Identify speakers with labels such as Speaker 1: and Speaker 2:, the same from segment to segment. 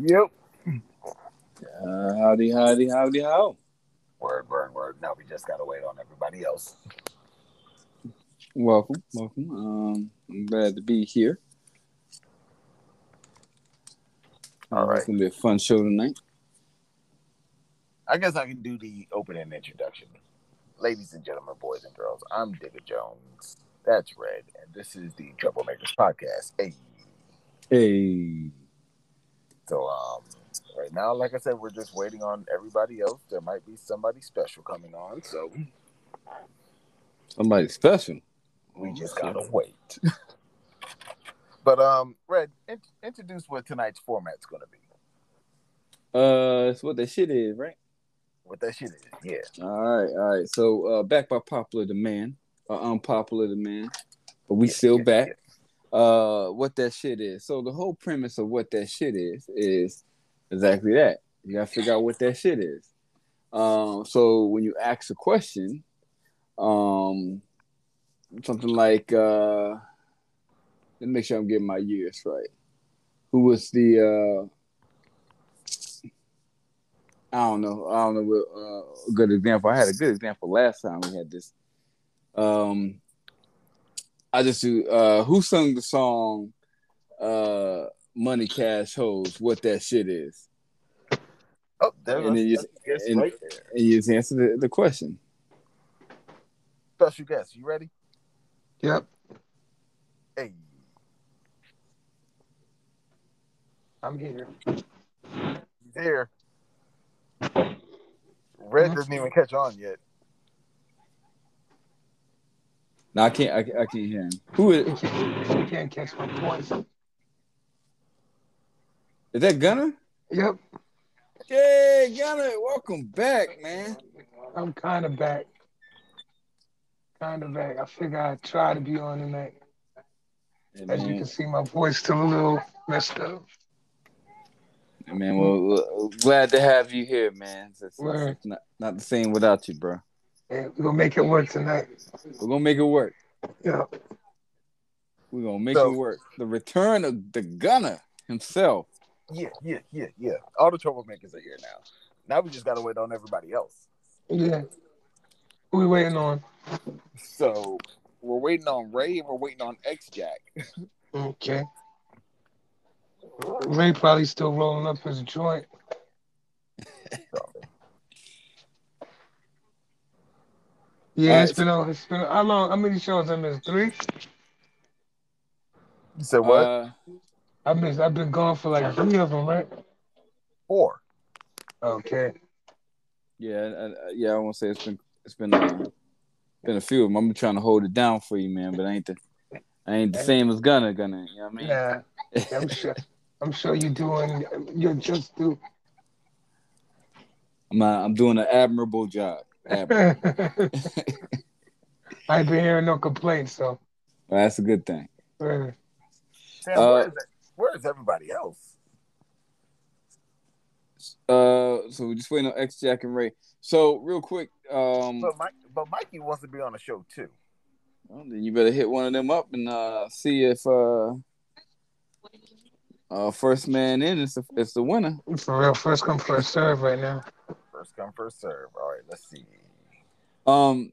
Speaker 1: Yep.
Speaker 2: Uh, howdy, howdy, howdy, how.
Speaker 3: Word, word, word. Now we just gotta wait on everybody else.
Speaker 2: Welcome, welcome. Um, I'm glad to be here.
Speaker 3: All right.
Speaker 2: It's gonna be a fun show tonight.
Speaker 3: I guess I can do the opening introduction. Ladies and gentlemen, boys and girls, I'm Digger Jones. That's Red, and this is the Troublemakers Podcast. Hey.
Speaker 2: Hey,
Speaker 3: So um right now, like I said, we're just waiting on everybody else. There might be somebody special coming on, so
Speaker 2: somebody special.
Speaker 3: we
Speaker 2: Oh,
Speaker 3: just gotta wait. but um Red, in- introduce what tonight's format's gonna be.
Speaker 2: Uh, it's what that shit is, right?
Speaker 3: What that shit is. Yeah.
Speaker 2: All right, all right. So, uh, back by popular demand, or unpopular demand, but we still
Speaker 3: yeah,
Speaker 2: back. Uh, what that shit is. So the whole premise of what that shit is is exactly that. You gotta figure out what that shit is. Um, so when you ask a question, um, something like, uh, let me make sure I'm getting my years right. Who was the? Uh, I don't know. I don't know. What, uh, a good example. I had a good example last time we had this. Um, I just do. Uh, who sung the song? Uh, Money Cash Hoes. What that shit is.
Speaker 3: Oh, there
Speaker 2: And then you-
Speaker 3: that's a guest
Speaker 2: and-
Speaker 3: right there.
Speaker 2: And you just answer the, the question.
Speaker 3: Special guest, you ready?
Speaker 1: Yep.
Speaker 3: Hey.
Speaker 1: I'm here.
Speaker 3: you There. Red doesn't even catch on yet.
Speaker 2: No, I can't. I, I can't hear him. Who is?
Speaker 1: You can't catch my voice.
Speaker 2: Is that Gunner?
Speaker 1: Yep.
Speaker 2: Yeah, Gunner. Welcome back, man.
Speaker 1: I'm kind of back. Kind of back. I figure I'd try to be on tonight. As you can see, my voice still a little messed up.
Speaker 2: Man, well, well, glad to have you here, man. It's, it's-
Speaker 1: Word.
Speaker 2: it's not, not the same without you, bro.
Speaker 1: Yeah, we're gonna make it work tonight.
Speaker 2: We're gonna make it work.
Speaker 1: Yeah.
Speaker 2: We're gonna make
Speaker 3: So-
Speaker 2: it work. The return of the Gunner himself.
Speaker 3: Yeah, yeah, yeah, yeah. All the troublemakers are here now. Now we just gotta wait on everybody else.
Speaker 1: Yeah. Who we waiting on?
Speaker 3: So we're waiting on Ray and we're waiting on X Jack.
Speaker 1: Okay. Ray probably still rolling up his joint. Yeah, it's been on. It's been how long? How many shows I missed? Three.
Speaker 3: You said what?
Speaker 2: Uh,
Speaker 1: I missed. I've been gone for like three of them, right?
Speaker 3: Four.
Speaker 1: Okay.
Speaker 2: yeah, uh, yeah. I won't say it's been it's been uh, been a few of them. I'm trying to hold it down for you, man. But I ain't the I ain't the same as Gunner. Gunner. You know what I mean?
Speaker 1: Nah, I'm sure. I'm sure you're doing. You're just do.
Speaker 2: I'm uh, I'm doing an admirable job. Admirable.
Speaker 1: I ain't been hearing no complaints, so.
Speaker 2: Well, that's a good thing.
Speaker 1: uh,
Speaker 3: Sam,
Speaker 2: Uh,
Speaker 3: where, is that- where is everybody else?
Speaker 2: Uh, so we're just waiting on X Jack and Ray. So real quick, um,
Speaker 3: But Mike, but Mikey wants to be on the show too.
Speaker 2: well, then you better hit one of them up and uh see if uh, uh first man in is the, is the winner.
Speaker 1: For real, first come first serve right now.
Speaker 3: First come, first serve. All right, let's see.
Speaker 2: Um,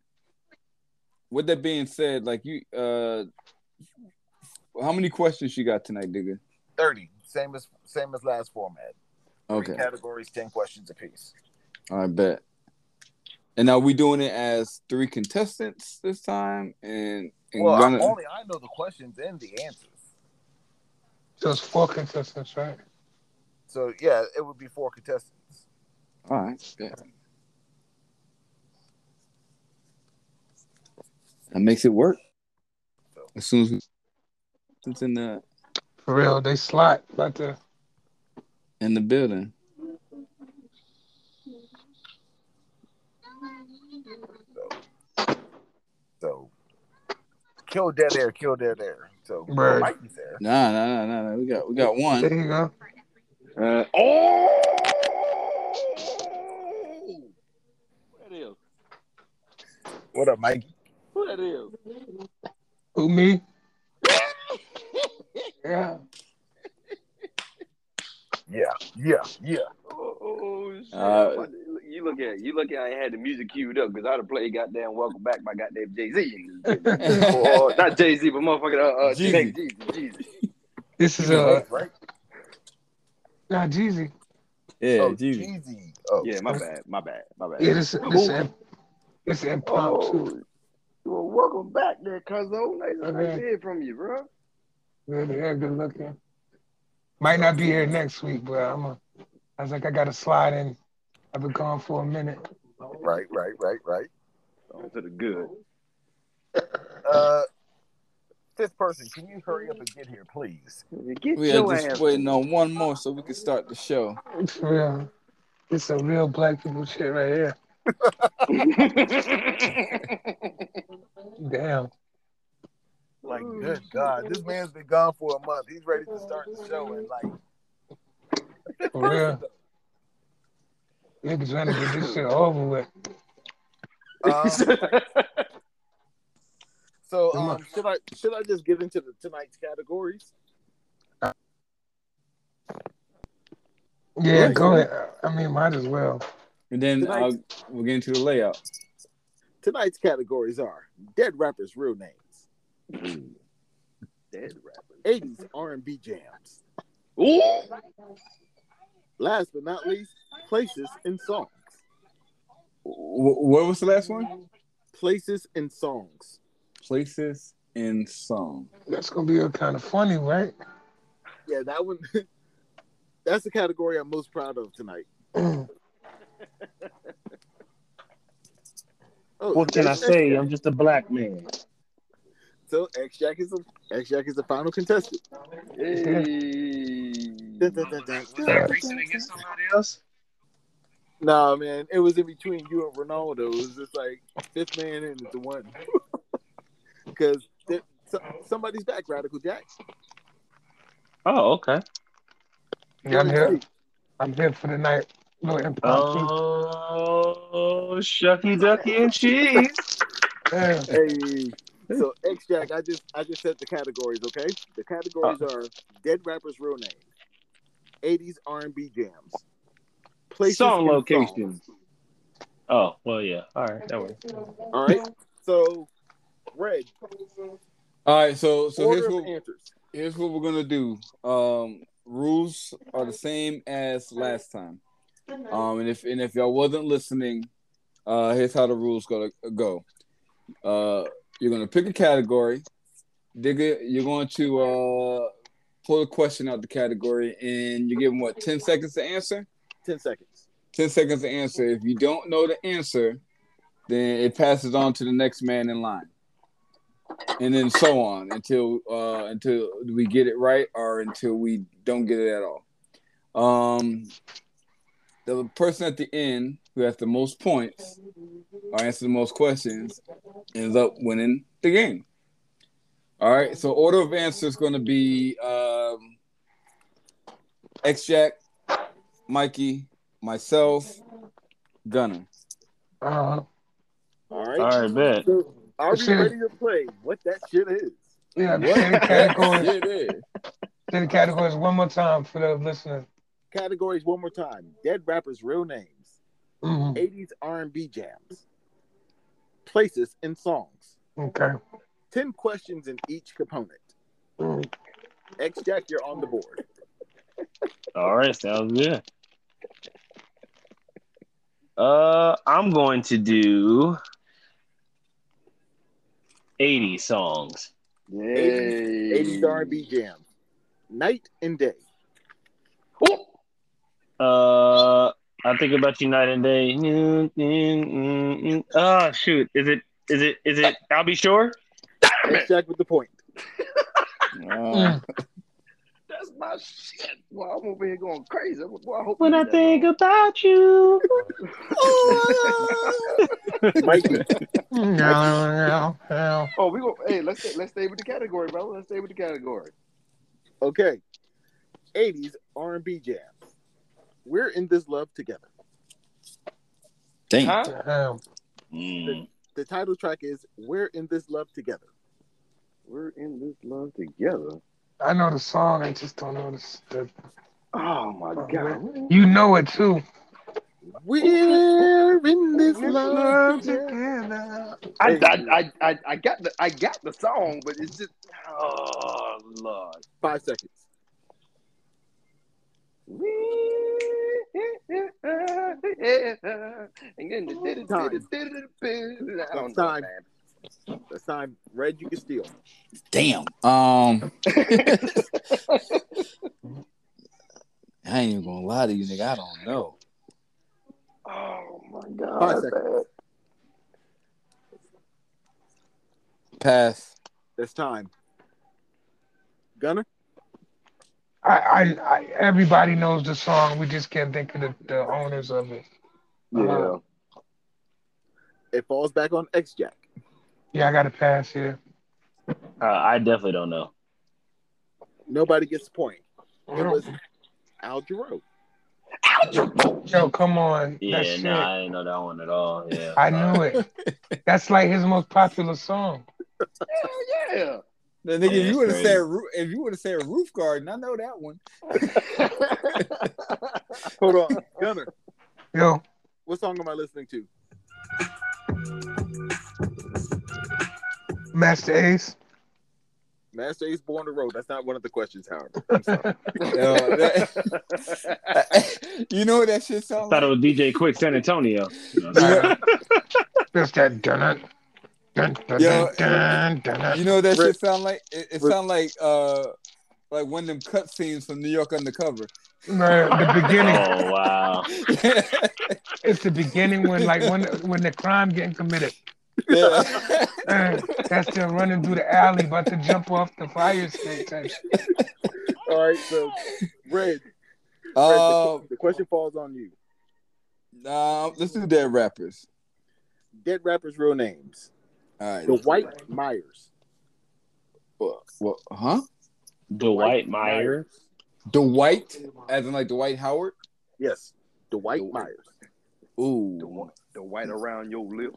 Speaker 2: with that being said, like you uh, how many questions you got tonight, Digga?
Speaker 3: Thirty. Same as same as last format. Three
Speaker 2: Okay,
Speaker 3: categories, ten questions apiece.
Speaker 2: I bet. And are we doing it as three contestants this time? And, and
Speaker 3: Well,
Speaker 2: Gunna-
Speaker 3: I, only I know the questions and the answers.
Speaker 1: So it's four contestants, right?
Speaker 3: So yeah, it would be four contestants.
Speaker 2: All right. Yeah. That makes it work. As soon as we- it's in the
Speaker 1: For real, they slot uh, about to.
Speaker 2: in the building.
Speaker 3: So kill dead air, kill dead air. So well,
Speaker 1: Right.
Speaker 3: Mikey's there.
Speaker 2: Nah, nah, nah, nah, nah. We got we got one.
Speaker 1: There you go.
Speaker 2: Uh, oh, who that is?
Speaker 3: What up, Mikey?
Speaker 2: Who that is?
Speaker 1: Who me? Yeah.
Speaker 4: yeah, yeah, yeah.
Speaker 5: Oh, oh, shit.
Speaker 2: Uh,
Speaker 5: you look at you look at I had the music queued up because I'd have played goddamn Welcome Back by goddamn Jay Z. or, uh, not Jay Z, but motherfucking uh, uh,
Speaker 2: Jeezy.
Speaker 5: Jay Jeezy.
Speaker 1: This is uh,
Speaker 4: right?
Speaker 1: nah, Jeezy.
Speaker 2: Yeah,
Speaker 4: oh,
Speaker 2: Jeezy.
Speaker 4: Jeezy. Oh,
Speaker 5: Yeah, my bad, my bad, my bad.
Speaker 1: Yeah, this this
Speaker 5: Oh.
Speaker 1: imp- this impromptu.
Speaker 5: Oh, well, welcome back there, cuzzo. Nice, nice
Speaker 1: Mhm.
Speaker 5: to hear from you, bro.
Speaker 1: Yeah, they are good looking. Might not be here next week, but I'm a, I was like, I got to slide in. I've been gone for a minute.
Speaker 4: right, right, right, right.
Speaker 5: To the good.
Speaker 4: Uh, fifth person, can you hurry up and get here, please?
Speaker 5: Get
Speaker 2: We
Speaker 5: your
Speaker 2: are
Speaker 5: ass.
Speaker 2: just waiting on one more so we can start the show.
Speaker 1: It's real. It's a real black people shit right here. Damn.
Speaker 4: Like, good God, this man's been gone for a month. He's ready to start the show, and like,
Speaker 1: For real. Niggas trying to get this shit over with.
Speaker 4: um, so
Speaker 1: Come
Speaker 4: um,
Speaker 1: on.
Speaker 4: should I should I just get into the tonight's categories?
Speaker 1: Yeah,
Speaker 2: Right.
Speaker 1: go ahead. I mean, might as well.
Speaker 2: And then
Speaker 4: Tonight-
Speaker 2: I'll, we'll get into the layout.
Speaker 4: Tonight's categories are dead rappers' real names,
Speaker 5: Dead rapper.
Speaker 4: '80s R&B jams.
Speaker 5: Ooh,
Speaker 4: Last but not least, places and songs.
Speaker 2: Wh- what was the last one?
Speaker 4: Places and songs.
Speaker 2: Places and song.
Speaker 1: That's going to be kind of funny, right?
Speaker 4: Yeah, that one. That's the category I'm most proud of tonight.
Speaker 1: Mm.
Speaker 4: Oh,
Speaker 6: What can I
Speaker 4: X-
Speaker 6: say? I'm just a black man.
Speaker 4: So X Jack is the X Jack is the final contestant. Dun, dun, dun, dun, dun.
Speaker 6: somebody else?
Speaker 4: Nah, man, it was in between you and Ronaldo. It was just like fifth man in the one because somebody's back, Radical Jack.
Speaker 6: Oh, okay.
Speaker 1: Yeah, I'm here. I'm here for the night. Little
Speaker 2: Um,
Speaker 1: impromptu.
Speaker 6: Oh, shucky ducky and cheese.
Speaker 1: Yeah.
Speaker 4: Hey, so X Jack, I just I just said the categories, okay? The
Speaker 1: Uh.
Speaker 4: categories are dead rappers' real name, '80s R&B jams, places,
Speaker 6: Song
Speaker 4: and
Speaker 6: location.
Speaker 4: songs.
Speaker 6: Oh, well, yeah. All right, that works.
Speaker 4: All right. So, Red,
Speaker 2: All right, so so
Speaker 4: order
Speaker 2: here's
Speaker 4: of
Speaker 2: what
Speaker 4: answers.
Speaker 2: here's what we're gonna do. Um, rules are the same as last time. Um, and if and if y'all wasn't listening, uh, here's how the rules gonna go. Uh, you're gonna pick a category. Digga, you're going to uh pull a question out the category, and you give them what ten seconds to answer.
Speaker 4: Ten seconds.
Speaker 2: 10 seconds to answer. If you don't know the answer, then it passes on to the next man in line. And then so on until uh, until we get it right or until we don't get it at all. Um, the person at the end who has the most points or answer the most questions ends up winning the game. All right, so order of answer is going to be um, X Jack, Mikey, myself, Gunner.
Speaker 1: Uh,
Speaker 4: All
Speaker 6: All
Speaker 4: right.
Speaker 2: Uh,
Speaker 6: right, bet.
Speaker 4: So, are we
Speaker 1: Shit.
Speaker 4: ready to play what that shit is?
Speaker 1: yeah,
Speaker 2: What?
Speaker 1: say the categories.
Speaker 2: Yeah, it is.
Speaker 1: Say the categories one more time for the listeners.
Speaker 4: Categories one more time: dead rappers' real names,
Speaker 1: Mhm.
Speaker 4: '80s R&B jams, places and songs.
Speaker 1: Okay.
Speaker 4: Ten questions in each component.
Speaker 1: Mm.
Speaker 4: X Jack, you're on the board.
Speaker 6: All right, sounds good. Uh, I'm going to do 80 songs.
Speaker 5: Yay.
Speaker 4: 80s R&B jam, night and day.
Speaker 6: Uh, I think about you night and day. Mm, mm, mm, mm. Oh shoot, is it? Is it? Is it? I'll be sure.
Speaker 4: X Jack with the point.
Speaker 2: Uh,
Speaker 1: Mm.
Speaker 5: That's my shit. Well, I'm over here going crazy. Boy, I hope
Speaker 6: When
Speaker 5: you
Speaker 6: I
Speaker 5: get
Speaker 6: think about you.
Speaker 4: Mikey,
Speaker 1: Yeah, yeah, yeah.
Speaker 5: that. Oh, we go. Hey, let's stay, let's stay with the category, brother. Let's stay with the category.
Speaker 4: okay. 80s R&B jam. We're in this love together.
Speaker 2: Dang.
Speaker 5: Huh?
Speaker 1: Damn.
Speaker 6: Mm.
Speaker 4: The title track is "We're in this love together."
Speaker 5: We're in this love together.
Speaker 1: I know the song, I just don't know the, the
Speaker 5: Oh my
Speaker 1: Oh,
Speaker 5: god.
Speaker 1: You know it too.
Speaker 4: We're in this
Speaker 1: Love together.
Speaker 5: I, I, I, I, I got the I got the song, but it's just oh lord.
Speaker 2: Five seconds.
Speaker 5: And then the- I don't know,
Speaker 4: Time.
Speaker 5: man.
Speaker 4: That's time. Red, you can steal.
Speaker 2: Damn. Um. I ain't even gonna lie to you, nigga. I don't know.
Speaker 5: Oh my
Speaker 4: Five
Speaker 5: god.
Speaker 4: seconds.
Speaker 5: man.
Speaker 2: Pass.
Speaker 4: That's time. Gunner?
Speaker 1: I, I, I, everybody knows the song. We just can't think of the, the owners of it.
Speaker 5: Yeah.
Speaker 4: It falls back on X Jack.
Speaker 1: Yeah, I got to pass here.
Speaker 6: Uh, I definitely don't know.
Speaker 4: Nobody gets a point. It was Al Jarreau.
Speaker 1: Yo, come on.
Speaker 6: Yeah,
Speaker 1: That's
Speaker 6: no,
Speaker 1: it.
Speaker 6: I didn't know that one at all. Yeah,
Speaker 1: I knew it. That's like his most popular song.
Speaker 5: Hell yeah.
Speaker 2: The nigga,
Speaker 6: Yeah,
Speaker 2: if
Speaker 6: that's
Speaker 2: you would have
Speaker 6: crazy.
Speaker 2: said roo- if you would have said roof garden, I know that one.
Speaker 4: Hold on. Gunner,
Speaker 1: Yo,
Speaker 4: what song am I listening to?
Speaker 1: Master Ace.
Speaker 4: Master Ace Born to Road. That's not one of the questions, Howard. I'm sorry.
Speaker 2: Yo, that- you know what that shit sounds
Speaker 6: thought it
Speaker 2: like?
Speaker 6: was DJ Quick San Antonio.
Speaker 1: Nah. Just that dun dun dun
Speaker 2: Yo,
Speaker 1: dun dun dun.
Speaker 2: You know what that
Speaker 4: Rick-
Speaker 2: shit sound like? It, it
Speaker 4: Rick-
Speaker 2: sound like uh like one of them cutscenes from New York Undercover.
Speaker 1: Right, The beginning.
Speaker 6: oh wow!
Speaker 1: It's the beginning when like when when the crime getting committed.
Speaker 2: yeah.
Speaker 1: Uh, That's them running through the alley, about to jump off the fire escape. Type shit.
Speaker 4: All right, so Red, Red, the,
Speaker 2: Um,
Speaker 4: the question falls on you.
Speaker 2: nah, let's do dead rappers.
Speaker 4: Dead rappers' real names.
Speaker 2: All right.
Speaker 4: The White Myers.
Speaker 2: Well, well, huh?
Speaker 6: Dwight Meyer.
Speaker 2: Dwight, as in like Dwight Howard.
Speaker 4: Yes. The White
Speaker 2: The-
Speaker 4: Myers.
Speaker 5: The
Speaker 2: Ooh.
Speaker 5: one- the white around your lip.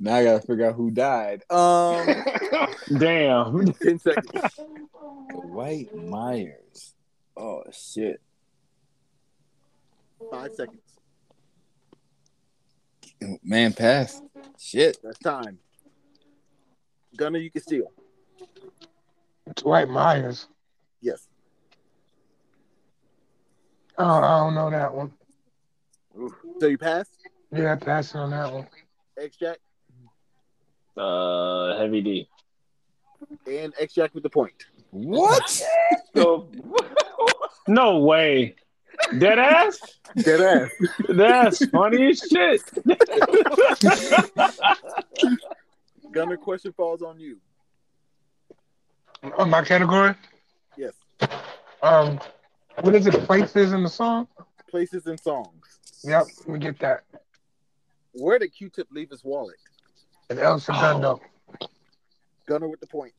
Speaker 2: Now I gotta figure out who died. Um,
Speaker 6: Damn.
Speaker 4: 10 seconds.
Speaker 2: Dwight Myers. Oh shit.
Speaker 4: Five seconds.
Speaker 2: Man, pass. Shit.
Speaker 4: That's time. Gunner, you can steal.
Speaker 1: Dwight Myers.
Speaker 4: Yes.
Speaker 1: Oh, I don't know that one.
Speaker 4: So you pass?
Speaker 1: Yeah, passing on that one.
Speaker 4: X Jack
Speaker 6: Uh, heavy D.
Speaker 4: and X Jack with the point.
Speaker 2: What?
Speaker 5: So
Speaker 6: No way. Dead ass.
Speaker 4: Dead ass.
Speaker 6: That's funny as shit.
Speaker 4: Gunner question falls on you.
Speaker 1: On my category.
Speaker 4: Yes.
Speaker 1: Um, what is it? Places in the song.
Speaker 4: Places and songs.
Speaker 1: Yep, we get that.
Speaker 4: Where did Q tip leave his wallet?
Speaker 1: And El Segundo.
Speaker 4: Gunner with the point.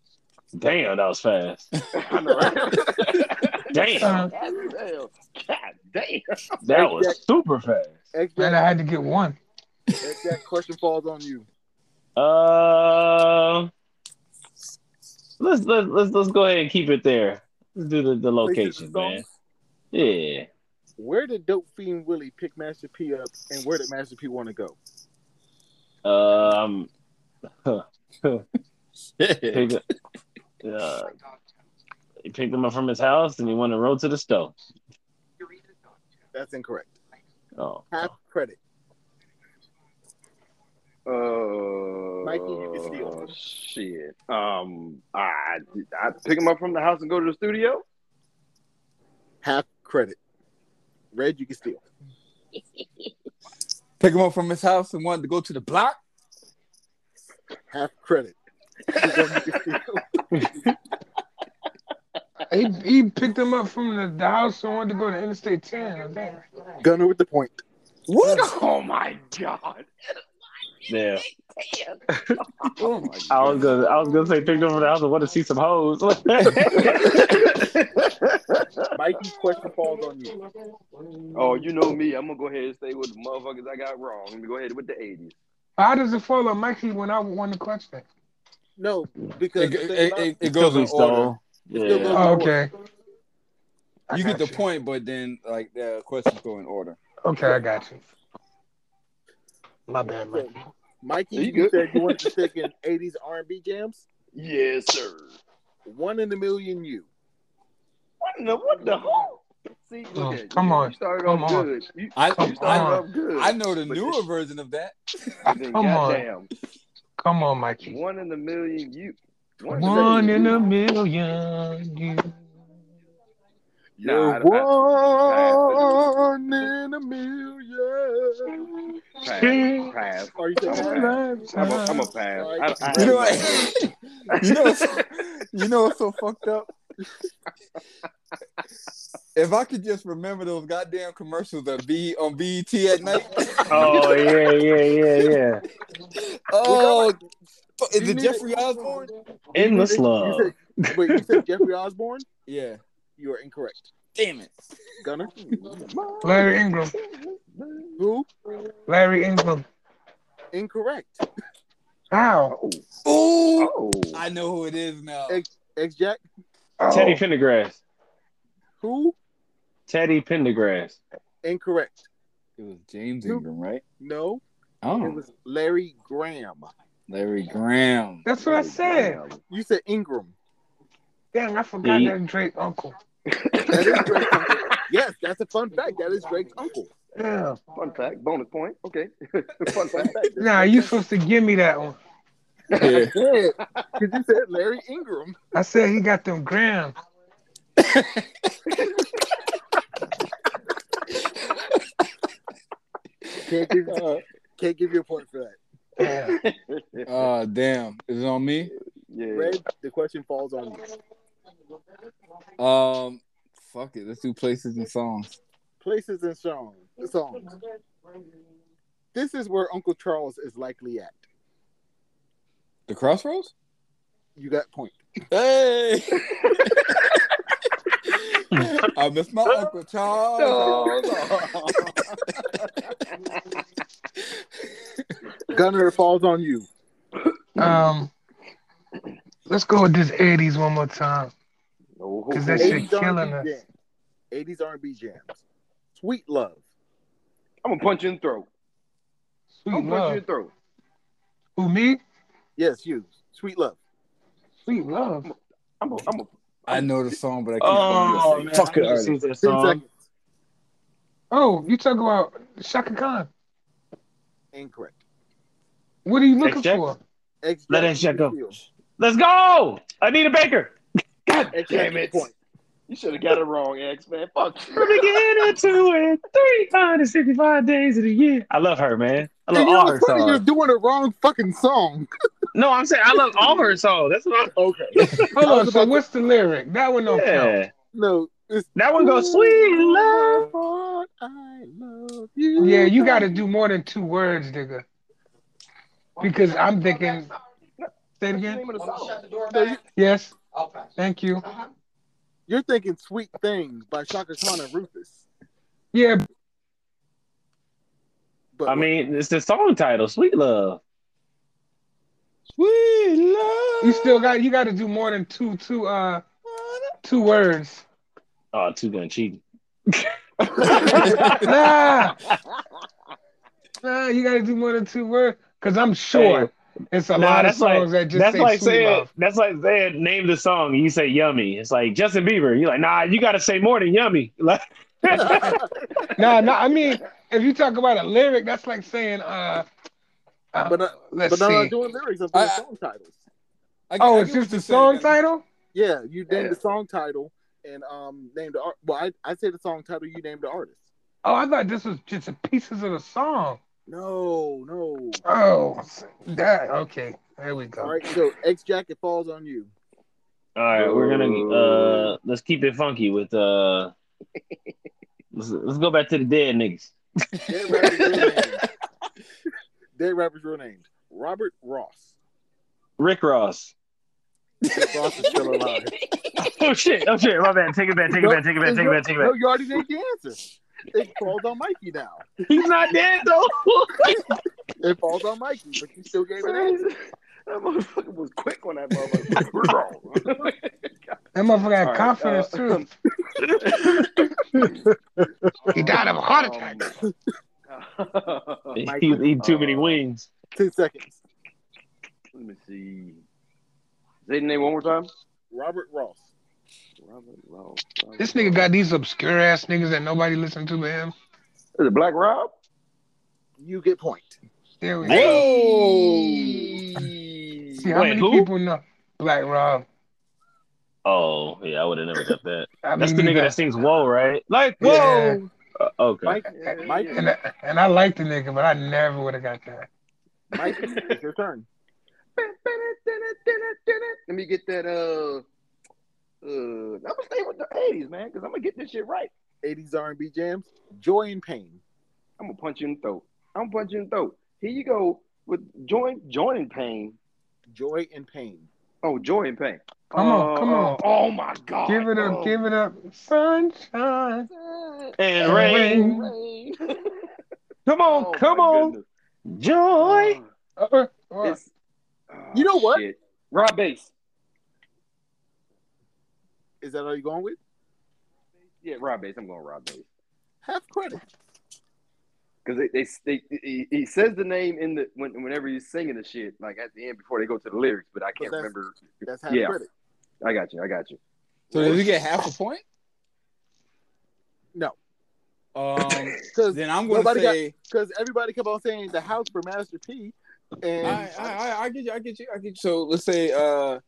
Speaker 6: Damn, that was fast.
Speaker 5: I know, right?
Speaker 6: Damn,
Speaker 1: Uh,
Speaker 5: God damn. God damn.
Speaker 6: that was super fast.
Speaker 4: X
Speaker 1: man, I
Speaker 4: Jack,
Speaker 1: had to get one.
Speaker 4: X Jack question falls on you.
Speaker 6: Uh, let's let's let's let's go ahead and keep it there. Let's do the, the
Speaker 4: Places
Speaker 6: location,
Speaker 4: and
Speaker 6: man.
Speaker 4: songs.
Speaker 6: Yeah.
Speaker 4: Where did Dope Fiend Willie pick Master P up and where did Master P want to go?
Speaker 6: Um.
Speaker 2: Shit.
Speaker 6: Pick, uh, he picked him up from his house and he went on the road to the stove.
Speaker 4: That's incorrect.
Speaker 6: Oh.
Speaker 4: Half credit.
Speaker 5: Uh,
Speaker 4: Mikey, you can steal.
Speaker 5: Shit. Um, I I pick him up from the house and go to the studio.
Speaker 4: Half credit. Red, you can steal.
Speaker 2: Pick him up from his house and wanted to go to the block.
Speaker 4: Half credit.
Speaker 5: Oh
Speaker 4: Gunner, you can steal.
Speaker 1: He, he picked him up from the, the house and wanted to go to Interstate 10.
Speaker 4: Gunner with the point.
Speaker 2: What?
Speaker 5: Oh my god.
Speaker 6: Yeah.
Speaker 5: Oh my
Speaker 6: I was gonna I was gonna say picked him up from the house and wanted to see some hoes.
Speaker 4: Mikey question falls on you.
Speaker 5: Oh, you know me. I'm gonna go ahead and stay with the motherfuckers I got wrong. Let me go ahead with the 80s.
Speaker 1: How does it fall on Mikey when I won the clutch thing?
Speaker 4: No, because
Speaker 2: It,
Speaker 4: the thing
Speaker 2: it-
Speaker 4: about-
Speaker 2: it- it goes in
Speaker 6: Because we
Speaker 2: order.
Speaker 6: stole. Yeah.
Speaker 1: Oh, okay. I
Speaker 2: You
Speaker 1: got
Speaker 2: get the point, but then like the questions go in order.
Speaker 1: Okay, I got you. My bad, man.
Speaker 4: Mikey,
Speaker 5: You
Speaker 4: you,
Speaker 5: good?
Speaker 4: said you wanted to stick in 80s R&B jams.
Speaker 5: Yes, sir.
Speaker 4: One in a million, you.
Speaker 5: What in the what the hell? See, look
Speaker 1: Oh,
Speaker 5: at you.
Speaker 1: come on.
Speaker 5: You started
Speaker 1: Come
Speaker 5: off
Speaker 1: on.
Speaker 5: good. You,
Speaker 2: I
Speaker 5: you
Speaker 1: Come
Speaker 5: started
Speaker 2: I,
Speaker 1: on.
Speaker 5: off good.
Speaker 2: I know the
Speaker 5: But
Speaker 2: newer
Speaker 5: this-
Speaker 2: version of that.
Speaker 5: and then
Speaker 1: Come on.
Speaker 5: goddamn,
Speaker 1: Come on, Mikey.
Speaker 5: One in a million. You.
Speaker 1: One in a
Speaker 5: million.
Speaker 1: million. You.
Speaker 5: Nah, I- I-
Speaker 4: one in a million.
Speaker 5: Pass. Pass.
Speaker 4: Are you
Speaker 5: I'm
Speaker 4: saying
Speaker 5: a pass. I'm a, I'm a pass. I, I,
Speaker 2: You know what? you know, what's, you know what's so fucked up? If I could just remember those goddamn commercials that be on BET at night.
Speaker 6: Oh yeah, yeah, yeah, yeah.
Speaker 2: Oh, fu-
Speaker 4: You
Speaker 2: is it
Speaker 4: need
Speaker 2: Jeffrey
Speaker 4: it.
Speaker 2: Osborne?
Speaker 6: Endless love.
Speaker 4: You said, wait, you said Jeffrey Osborne?
Speaker 2: Yeah.
Speaker 4: You are incorrect.
Speaker 2: Damn it.
Speaker 4: Gunner?
Speaker 1: Larry Ingram.
Speaker 4: Who?
Speaker 1: Larry Ingram.
Speaker 4: Incorrect.
Speaker 1: How?
Speaker 2: Ooh,
Speaker 5: oh.
Speaker 2: I know who it is now.
Speaker 4: Ex- X Jack?
Speaker 6: Teddy
Speaker 5: oh,
Speaker 6: Pendergrass.
Speaker 4: Who?
Speaker 6: Teddy Pendergrass.
Speaker 4: Incorrect.
Speaker 2: It was James Ingram, right?
Speaker 4: No. It
Speaker 2: Oh,
Speaker 4: was Larry Graham.
Speaker 2: Larry Graham.
Speaker 1: That's what I said.
Speaker 4: You said Ingram.
Speaker 1: Dang, I forgot
Speaker 6: Yeah.
Speaker 1: that Drake uncle.
Speaker 4: That is Drake's uncle. Yes, that's a fun fact. That is Drake's uncle.
Speaker 1: Yeah.
Speaker 5: Fun fact. Bonus point. Okay. Fun
Speaker 4: Fun
Speaker 5: fact.
Speaker 4: fact.
Speaker 1: Nah, you supposed to give me that one.
Speaker 2: Yeah.
Speaker 4: Because you said Larry Ingram.
Speaker 1: I said he got them grams.
Speaker 4: Can't give,
Speaker 2: Uh,
Speaker 4: can't give you a point for that.
Speaker 1: Yeah.
Speaker 2: uh, damn. Is it on me?
Speaker 5: Yeah.
Speaker 4: Red, the question falls on you.
Speaker 2: Um, fuck it. Let's do places and songs.
Speaker 4: Places and songs. songs. This is where Uncle Charles is likely at.
Speaker 2: The Crossroads?
Speaker 4: You got point.
Speaker 2: Hey! I miss my Uncle Charles.
Speaker 4: Gunner it falls on you.
Speaker 1: Um, let's go with this 80s one more time. Because that shit
Speaker 4: 80s
Speaker 1: killing
Speaker 4: R&B
Speaker 1: us.
Speaker 4: jams. 80s R&B jams. Sweet love.
Speaker 5: I'm gonna punch you in the throat.
Speaker 1: Sweet
Speaker 5: I'm gonna punch you
Speaker 1: love.
Speaker 5: in the throat.
Speaker 1: Who, me?
Speaker 4: Yes, you. Sweet love.
Speaker 1: Sweet love.
Speaker 5: I'm gonna. I'm gonna
Speaker 2: I know the song, but I can't
Speaker 6: Oh man,
Speaker 2: fuck it.
Speaker 6: I just
Speaker 2: already.
Speaker 6: used that
Speaker 4: Ten
Speaker 6: song.
Speaker 4: seconds.
Speaker 1: Oh, you talk about Shaka Khan.
Speaker 4: Incorrect.
Speaker 1: What are you looking
Speaker 6: Jack-
Speaker 1: for?
Speaker 4: X
Speaker 6: Let
Speaker 4: Jack
Speaker 6: that shit
Speaker 4: gets
Speaker 6: go.
Speaker 4: the steal.
Speaker 6: Let's go, Anita Baker.
Speaker 4: X Jack
Speaker 5: Damn
Speaker 4: gets
Speaker 5: it.
Speaker 4: the point.
Speaker 5: You should have got it wrong, X man. Fuck.
Speaker 6: From beginning to end, 365 days of the year. I love her, man. I
Speaker 4: And
Speaker 6: love
Speaker 4: you know
Speaker 6: all her
Speaker 4: what's funny? You're
Speaker 6: songs.
Speaker 4: doing the wrong fucking song.
Speaker 6: No, I'm saying I love all her songs. That's what
Speaker 4: Okay.
Speaker 1: Hold
Speaker 4: I
Speaker 1: on,
Speaker 4: was
Speaker 1: so
Speaker 4: about to-
Speaker 1: what's the lyric? That one
Speaker 6: I'm
Speaker 1: don't count.
Speaker 6: yeah.
Speaker 4: No, it's
Speaker 6: That one goes sweet love.
Speaker 4: Lord, I love you.
Speaker 1: Yeah, you got to do more than two words, nigga. Because I'm thinking. Say it again. Yes. Thank you.
Speaker 4: You're thinking "Sweet Things" by Shaka Khan and Rufus.
Speaker 1: Yeah,
Speaker 4: But
Speaker 6: I mean, it's the song title, Sweet Love.
Speaker 2: Sweet love.
Speaker 1: you still got you got to do more than two two uh two words.
Speaker 6: Oh, two gun cheating.
Speaker 1: Nah, nah, Ah! you got to do more than two words. Cause I'm sure it's a
Speaker 6: Nah,
Speaker 1: lot of
Speaker 6: that's like-
Speaker 1: songs that just
Speaker 6: That's
Speaker 1: say
Speaker 6: like
Speaker 1: sweet
Speaker 6: saying
Speaker 1: love.
Speaker 6: that's like saying name the song. You say yummy. It's like Justin Bieber. You're like, nah, you gotta say more than yummy. Like,
Speaker 1: No, no, I mean if you talk about a lyric, that's like saying uh. uh,
Speaker 4: But, uh,
Speaker 1: let's
Speaker 4: but I'm
Speaker 1: see.
Speaker 4: not doing lyrics. I'm doing
Speaker 2: I-
Speaker 4: song titles.
Speaker 2: I-
Speaker 1: oh,
Speaker 2: I
Speaker 1: it's
Speaker 2: get
Speaker 1: just
Speaker 2: what
Speaker 1: the
Speaker 2: you're
Speaker 1: song
Speaker 2: saying.
Speaker 1: title.
Speaker 4: Yeah, you named
Speaker 5: Yeah.
Speaker 4: the song title and um named the art. Well, I I say the song title. You named the artist.
Speaker 1: Oh, I thought this was just the pieces of the song.
Speaker 4: No, no.
Speaker 1: Oh, that okay. There we go.
Speaker 4: All right, so X Jacket falls on you.
Speaker 6: all right, we're gonna uh let's keep it funky with uh let's, let's go back to the dead niggas.
Speaker 4: Dead rapper's real name. Dead rapper's real name. Robert Ross.
Speaker 6: Rick Ross.
Speaker 4: Rick Ross is still alive.
Speaker 6: Oh shit, oh shit, my bad. Take it back, take it back, take it back, take it back, take it
Speaker 4: No,
Speaker 6: back.
Speaker 4: you already did the answer. It falls on Mikey now.
Speaker 6: He's not dead though.
Speaker 4: It falls on Mikey, but you still gave it an answer.
Speaker 5: that motherfucker was quick on that motherfucker.
Speaker 1: That motherfucker had
Speaker 5: All right,
Speaker 1: confidence
Speaker 5: uh,
Speaker 1: too. He died of a heart
Speaker 5: Um,
Speaker 1: attack.
Speaker 6: He's
Speaker 5: attack.
Speaker 6: eating too many wings.
Speaker 4: Two seconds.
Speaker 5: Let me see. Say the name one more time.
Speaker 4: Robert Ross.
Speaker 5: Robert
Speaker 1: This nigga got these obscure ass niggas that nobody listened to but him.
Speaker 5: Is it Black Rob?
Speaker 4: You get point.
Speaker 1: There we go.
Speaker 2: Whoa!
Speaker 1: See how
Speaker 6: Wait,
Speaker 1: many
Speaker 6: who?
Speaker 1: people know Black Rob.
Speaker 6: Oh, yeah, I would have never got that.
Speaker 1: I
Speaker 6: That's the
Speaker 1: mean,
Speaker 6: nigga
Speaker 1: you
Speaker 6: that sings "Whoa," right? Like
Speaker 1: Yeah.
Speaker 6: "Whoa." Uh, okay.
Speaker 4: Mike, Mike,
Speaker 1: got- and I, and I like the nigga, but I never would have got that.
Speaker 4: Mike, it's your turn.
Speaker 5: Let me get that. Uh, uh, I'm gonna stay with the '80s, man, because I'm gonna get this shit right.
Speaker 4: 80s R&B jams. Joy and Pain.
Speaker 5: I'm gonna punch you in the throat. I'm gonna punch you in the throat. Here you go with join joining pain.
Speaker 4: Joy and Pain.
Speaker 5: Oh, joy and pain.
Speaker 1: Come on,
Speaker 5: Oh,
Speaker 1: come on.
Speaker 5: Oh, oh my God.
Speaker 1: Give it up,
Speaker 5: Oh.
Speaker 1: give it up. Sunshine.
Speaker 6: And
Speaker 1: And
Speaker 6: rain,
Speaker 1: rain.
Speaker 6: come on,
Speaker 5: Oh,
Speaker 6: come
Speaker 5: my
Speaker 6: on,
Speaker 5: goodness.
Speaker 6: joy.
Speaker 1: Uh, uh,
Speaker 5: It's- oh,
Speaker 4: You know what?
Speaker 5: shit. Rob Bass.
Speaker 4: Is that all you're going with?
Speaker 5: Yeah, Rob Bass. I'm going Rob Bass
Speaker 4: Half credit.
Speaker 5: because they, they, they he, he says the name in the when, whenever he's singing the shit like at the end before they go to the lyrics, but I can't
Speaker 4: that's-
Speaker 5: remember.
Speaker 4: That's half
Speaker 5: Yeah.
Speaker 4: credit.
Speaker 5: I got you. I got you.
Speaker 2: So did we get half a point?
Speaker 4: No.
Speaker 2: Um,
Speaker 4: Because
Speaker 2: then I'm gonna
Speaker 4: Nobody got-
Speaker 2: say
Speaker 4: everybody kept on saying the house for Master P. And
Speaker 2: I, I, I, I get you, I get you, I get you. So let's say uh,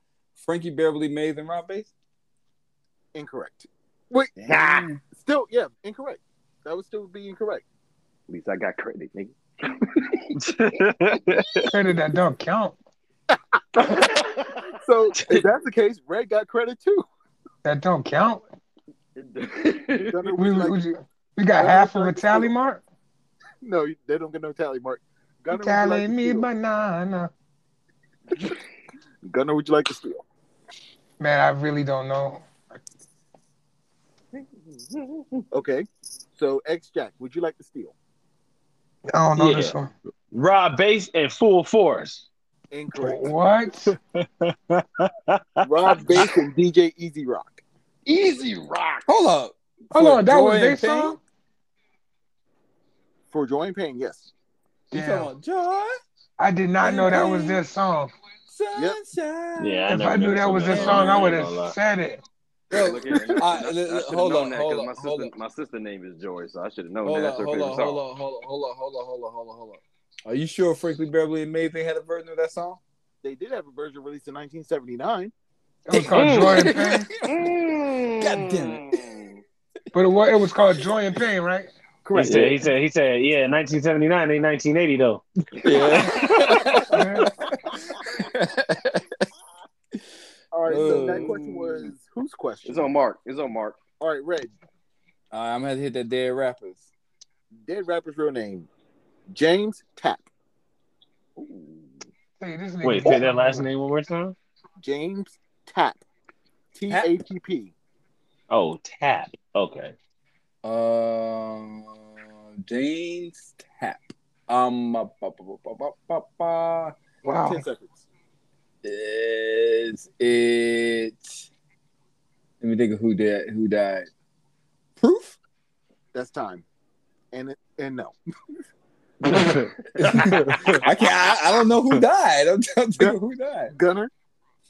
Speaker 2: Frankie Beverly Mays and Rob Bass.
Speaker 4: incorrect. Wait,
Speaker 5: Nah. At
Speaker 4: still, yeah, incorrect. That would still be incorrect.
Speaker 5: least I got credit, nigga.
Speaker 1: credit that don't count.
Speaker 4: So if that's the case, Red got credit too.
Speaker 1: That don't count.
Speaker 4: Don't it
Speaker 1: We, we,
Speaker 4: be like-
Speaker 1: we, we got half of a tally mark.
Speaker 4: no, they don't get no tally mark. Gunner, would you like
Speaker 1: Tally
Speaker 4: to
Speaker 1: me
Speaker 4: steal?
Speaker 1: banana.
Speaker 4: Gunner, would you like to steal?
Speaker 1: Man, I really don't know.
Speaker 4: Okay. So X Jack, would you like to steal?
Speaker 1: I don't know
Speaker 6: Yeah.
Speaker 1: this one.
Speaker 6: Rob bass in full force.
Speaker 4: Incorrect.
Speaker 1: What?
Speaker 4: Rob Bass and DJ Easy Rock.
Speaker 5: Easy rock.
Speaker 2: Hold up,
Speaker 1: Hold
Speaker 2: For
Speaker 1: on, that
Speaker 2: Joy
Speaker 1: was
Speaker 2: and
Speaker 1: their
Speaker 2: Pain?
Speaker 1: song?
Speaker 4: For Joy and Pain, yes.
Speaker 2: You
Speaker 1: Yeah.
Speaker 2: talking about joy,
Speaker 1: I did not know that was their song.
Speaker 2: sunshine?
Speaker 6: Yeah,
Speaker 1: If
Speaker 6: never
Speaker 1: I knew
Speaker 6: noticed
Speaker 1: that was their
Speaker 6: that.
Speaker 1: song, I
Speaker 6: ain't
Speaker 1: would
Speaker 6: gonna lie.
Speaker 1: have said it.
Speaker 2: Yo,
Speaker 5: Look here.
Speaker 2: I-
Speaker 5: I,
Speaker 2: l- l-
Speaker 5: should
Speaker 2: Uh,
Speaker 5: have
Speaker 2: hold
Speaker 5: known
Speaker 2: on,
Speaker 5: that
Speaker 2: hold
Speaker 5: because
Speaker 2: on,
Speaker 5: my
Speaker 2: hold
Speaker 5: sister,
Speaker 2: on.
Speaker 5: my sister name is Joy, so I should have known
Speaker 2: Hold
Speaker 5: that's
Speaker 2: on,
Speaker 5: her
Speaker 2: hold
Speaker 5: favorite
Speaker 2: on, hold on,
Speaker 5: song.
Speaker 2: hold on, hold on, hold on, hold on, hold on, hold on, hold on. Are you sure Frankie Beverly and Mays they had a version of that song?
Speaker 4: They did have a version released in 1979.
Speaker 1: It was called Joy and Pain.
Speaker 5: God
Speaker 2: damn
Speaker 5: it!
Speaker 1: But it was, it was called Joy and Pain, right?
Speaker 6: He said, he said, he said, yeah, 1979 ain't 1980 though.
Speaker 1: Yeah.
Speaker 4: All right, so that
Speaker 2: Oh.
Speaker 4: question was whose question?
Speaker 5: It's on Mark. It's on Mark.
Speaker 4: All right, Red.
Speaker 2: All right, I'm gonna hit that dead rappers.
Speaker 4: Dead rapper's real name. James Tapp.
Speaker 1: Hey, this nigga-
Speaker 6: Wait, say that last name one more time.
Speaker 4: James Tapp. T A P P.
Speaker 6: Oh, tap. Okay.
Speaker 2: Um, James Tap. Um, ba- ba- ba- ba- ba- ba- ba.
Speaker 1: Wow.
Speaker 4: Ten seconds.
Speaker 2: is it? Let me think of who did who died. Proof.
Speaker 4: That's time. And it- and no.
Speaker 2: I can't. I, I don't know who died. I'm trying to think of who died.
Speaker 4: Gunner,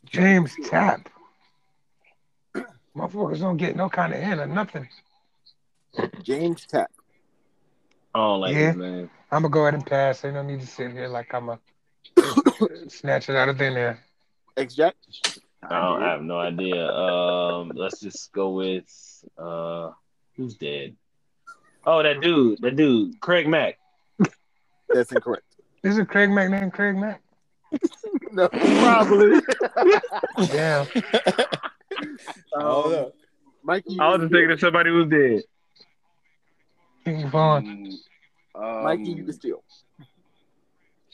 Speaker 1: James Tapp. Motherfuckers don't get no kind of hint or nothing.
Speaker 4: James Tapp.
Speaker 6: I don't like
Speaker 1: Yeah.
Speaker 6: his name.
Speaker 1: I'm gonna go ahead and pass. Ain't no need to sit here like I'm a snatch it out of thin air.
Speaker 4: X Jack.
Speaker 6: I don't I have no idea. Um, let's just go with uh, who's dead? Oh, that dude, that dude, Craig Mack.
Speaker 4: That's incorrect.
Speaker 1: Is it Craig Mack named Craig Mack?
Speaker 4: no, probably.
Speaker 1: Damn.
Speaker 2: Hold
Speaker 4: Um,
Speaker 2: up.
Speaker 4: Mike, you
Speaker 6: I was just thinking of somebody who's dead.
Speaker 1: King Vaughn.
Speaker 5: Um,
Speaker 4: Mikey, you can steal.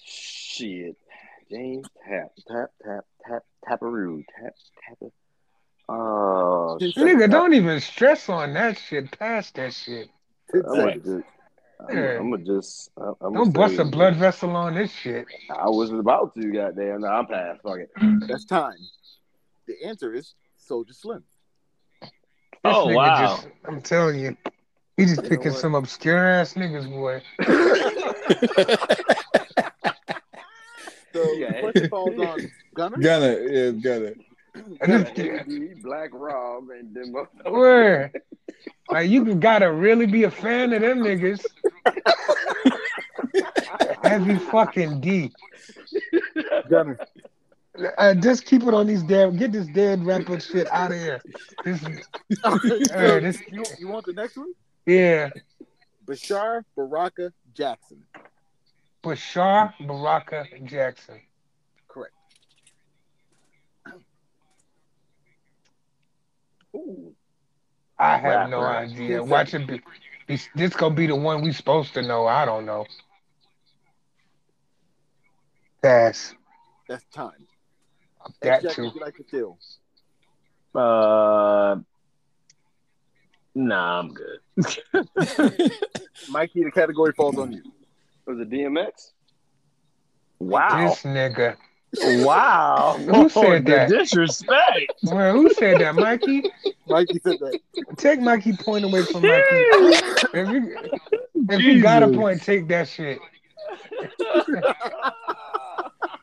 Speaker 5: Shit. James Tap Tap Tap Tap Taparoo Tap Tap. Oh,
Speaker 4: Ten seconds.
Speaker 1: Nigga, don't even stress on that shit. Pass that shit.
Speaker 4: Ten
Speaker 5: I'm
Speaker 4: seconds.
Speaker 5: gonna just. I'm, I'm gonna just. I'm, I'm
Speaker 1: Don't bust
Speaker 5: say-
Speaker 1: a blood vessel on this shit.
Speaker 5: I was about to. Goddamn. No, I'm past. Fuck it.
Speaker 4: That's time. The answer is Soldier Slim.
Speaker 6: Oh,
Speaker 1: nigga
Speaker 6: wow.
Speaker 1: Just, I'm telling you, he just
Speaker 2: You know
Speaker 1: picking
Speaker 2: what?
Speaker 1: some obscure ass niggas, boy.
Speaker 4: So
Speaker 5: Yeah.
Speaker 4: what's the phone's on? Gunner?
Speaker 2: Gunner, yeah, Gunner.
Speaker 1: And this
Speaker 5: Yeah,
Speaker 1: kid-
Speaker 5: he- Black Rob and them motherfuckers.
Speaker 1: where, like, you gotta really be a fan of them niggas. Every fucking D.
Speaker 4: Gunner.
Speaker 1: Uh, just keep it on these damn. Get this dead rapper shit out of here. This, uh, this,
Speaker 4: you, you want the next one?
Speaker 1: yeah,
Speaker 4: Bashar Baraka Jackson.
Speaker 1: Bashar Baraka Jackson.
Speaker 4: Correct.
Speaker 1: I have no
Speaker 4: Rapper.
Speaker 1: idea. Watch it. Be, this, this gonna be the one we supposed to know. I don't know. That's
Speaker 4: That's time.
Speaker 1: that
Speaker 4: Jack,
Speaker 1: too.
Speaker 4: would you like to steal?
Speaker 6: Uh, nah, I'm good.
Speaker 4: Mikey, the category falls on you.
Speaker 5: Was it DMX?
Speaker 6: Wow,
Speaker 1: This nigga.
Speaker 6: wow.
Speaker 1: Who said
Speaker 6: The
Speaker 1: that?
Speaker 6: disrespect.
Speaker 1: Well, who said that, Mikey?
Speaker 4: Mikey said that.
Speaker 1: Take Mikey point away from Mikey. If you, if you got a point, take that shit.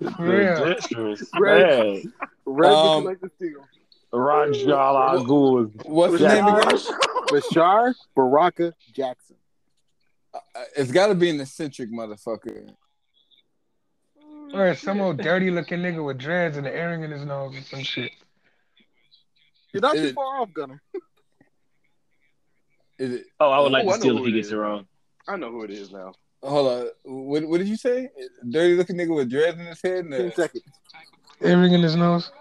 Speaker 6: The
Speaker 1: real.
Speaker 6: disrespect.
Speaker 4: Red,
Speaker 2: Um,
Speaker 4: would you like to steal?
Speaker 6: Rajal Al Ghul.
Speaker 2: What's his name again?
Speaker 4: Bashar Baraka Jackson.
Speaker 2: Uh, It's got to be an eccentric motherfucker.
Speaker 1: Or some old dirty looking nigga with dreads and an earring in his nose or some shit.
Speaker 4: You're not
Speaker 2: Is
Speaker 4: too
Speaker 2: it-
Speaker 4: far off, Gunner.
Speaker 2: Is it?
Speaker 6: Oh, I would
Speaker 5: Oh, I
Speaker 6: like to
Speaker 5: know
Speaker 6: steal
Speaker 5: who
Speaker 6: if he
Speaker 5: it
Speaker 6: gets
Speaker 5: is.
Speaker 6: it wrong.
Speaker 5: I know who it is now.
Speaker 2: Hold on. What What did you say? Dirty looking nigga with dreads in his head. And
Speaker 4: Ten
Speaker 2: a,
Speaker 4: seconds.
Speaker 1: Earring in his nose?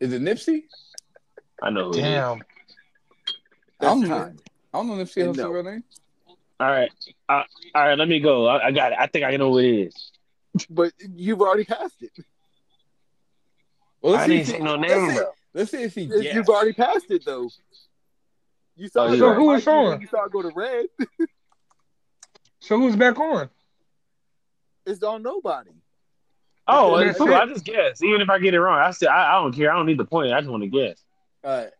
Speaker 2: is it Nipsey?
Speaker 6: I know who it is.
Speaker 2: I
Speaker 1: Damn.
Speaker 2: don't
Speaker 4: That's
Speaker 2: know.
Speaker 4: time.
Speaker 2: I don't know Nipsey Hussle's
Speaker 4: No.
Speaker 2: real name.
Speaker 6: All right, I, all right. Let me go. I, I got it. I think I know who it is.
Speaker 4: But you've already passed it.
Speaker 2: Well, let's
Speaker 6: I
Speaker 2: see.
Speaker 6: didn't
Speaker 2: If
Speaker 6: see
Speaker 2: he,
Speaker 6: no
Speaker 2: let's,
Speaker 6: name.
Speaker 2: see,
Speaker 6: though.
Speaker 2: let's see if he
Speaker 4: If
Speaker 2: gets.
Speaker 4: You've already passed it, though. You saw
Speaker 6: Oh,
Speaker 4: it go
Speaker 6: yeah. So
Speaker 4: to
Speaker 1: who was
Speaker 4: Mikey, and
Speaker 1: on?
Speaker 4: then You saw it go to red.
Speaker 1: So who's back on?
Speaker 4: It's on nobody.
Speaker 6: Oh,
Speaker 1: That's
Speaker 6: it's cool.
Speaker 1: it.
Speaker 6: I just guess. Even if I get it wrong, I still I, I don't care. I don't need the point. I just want to guess.
Speaker 2: All right.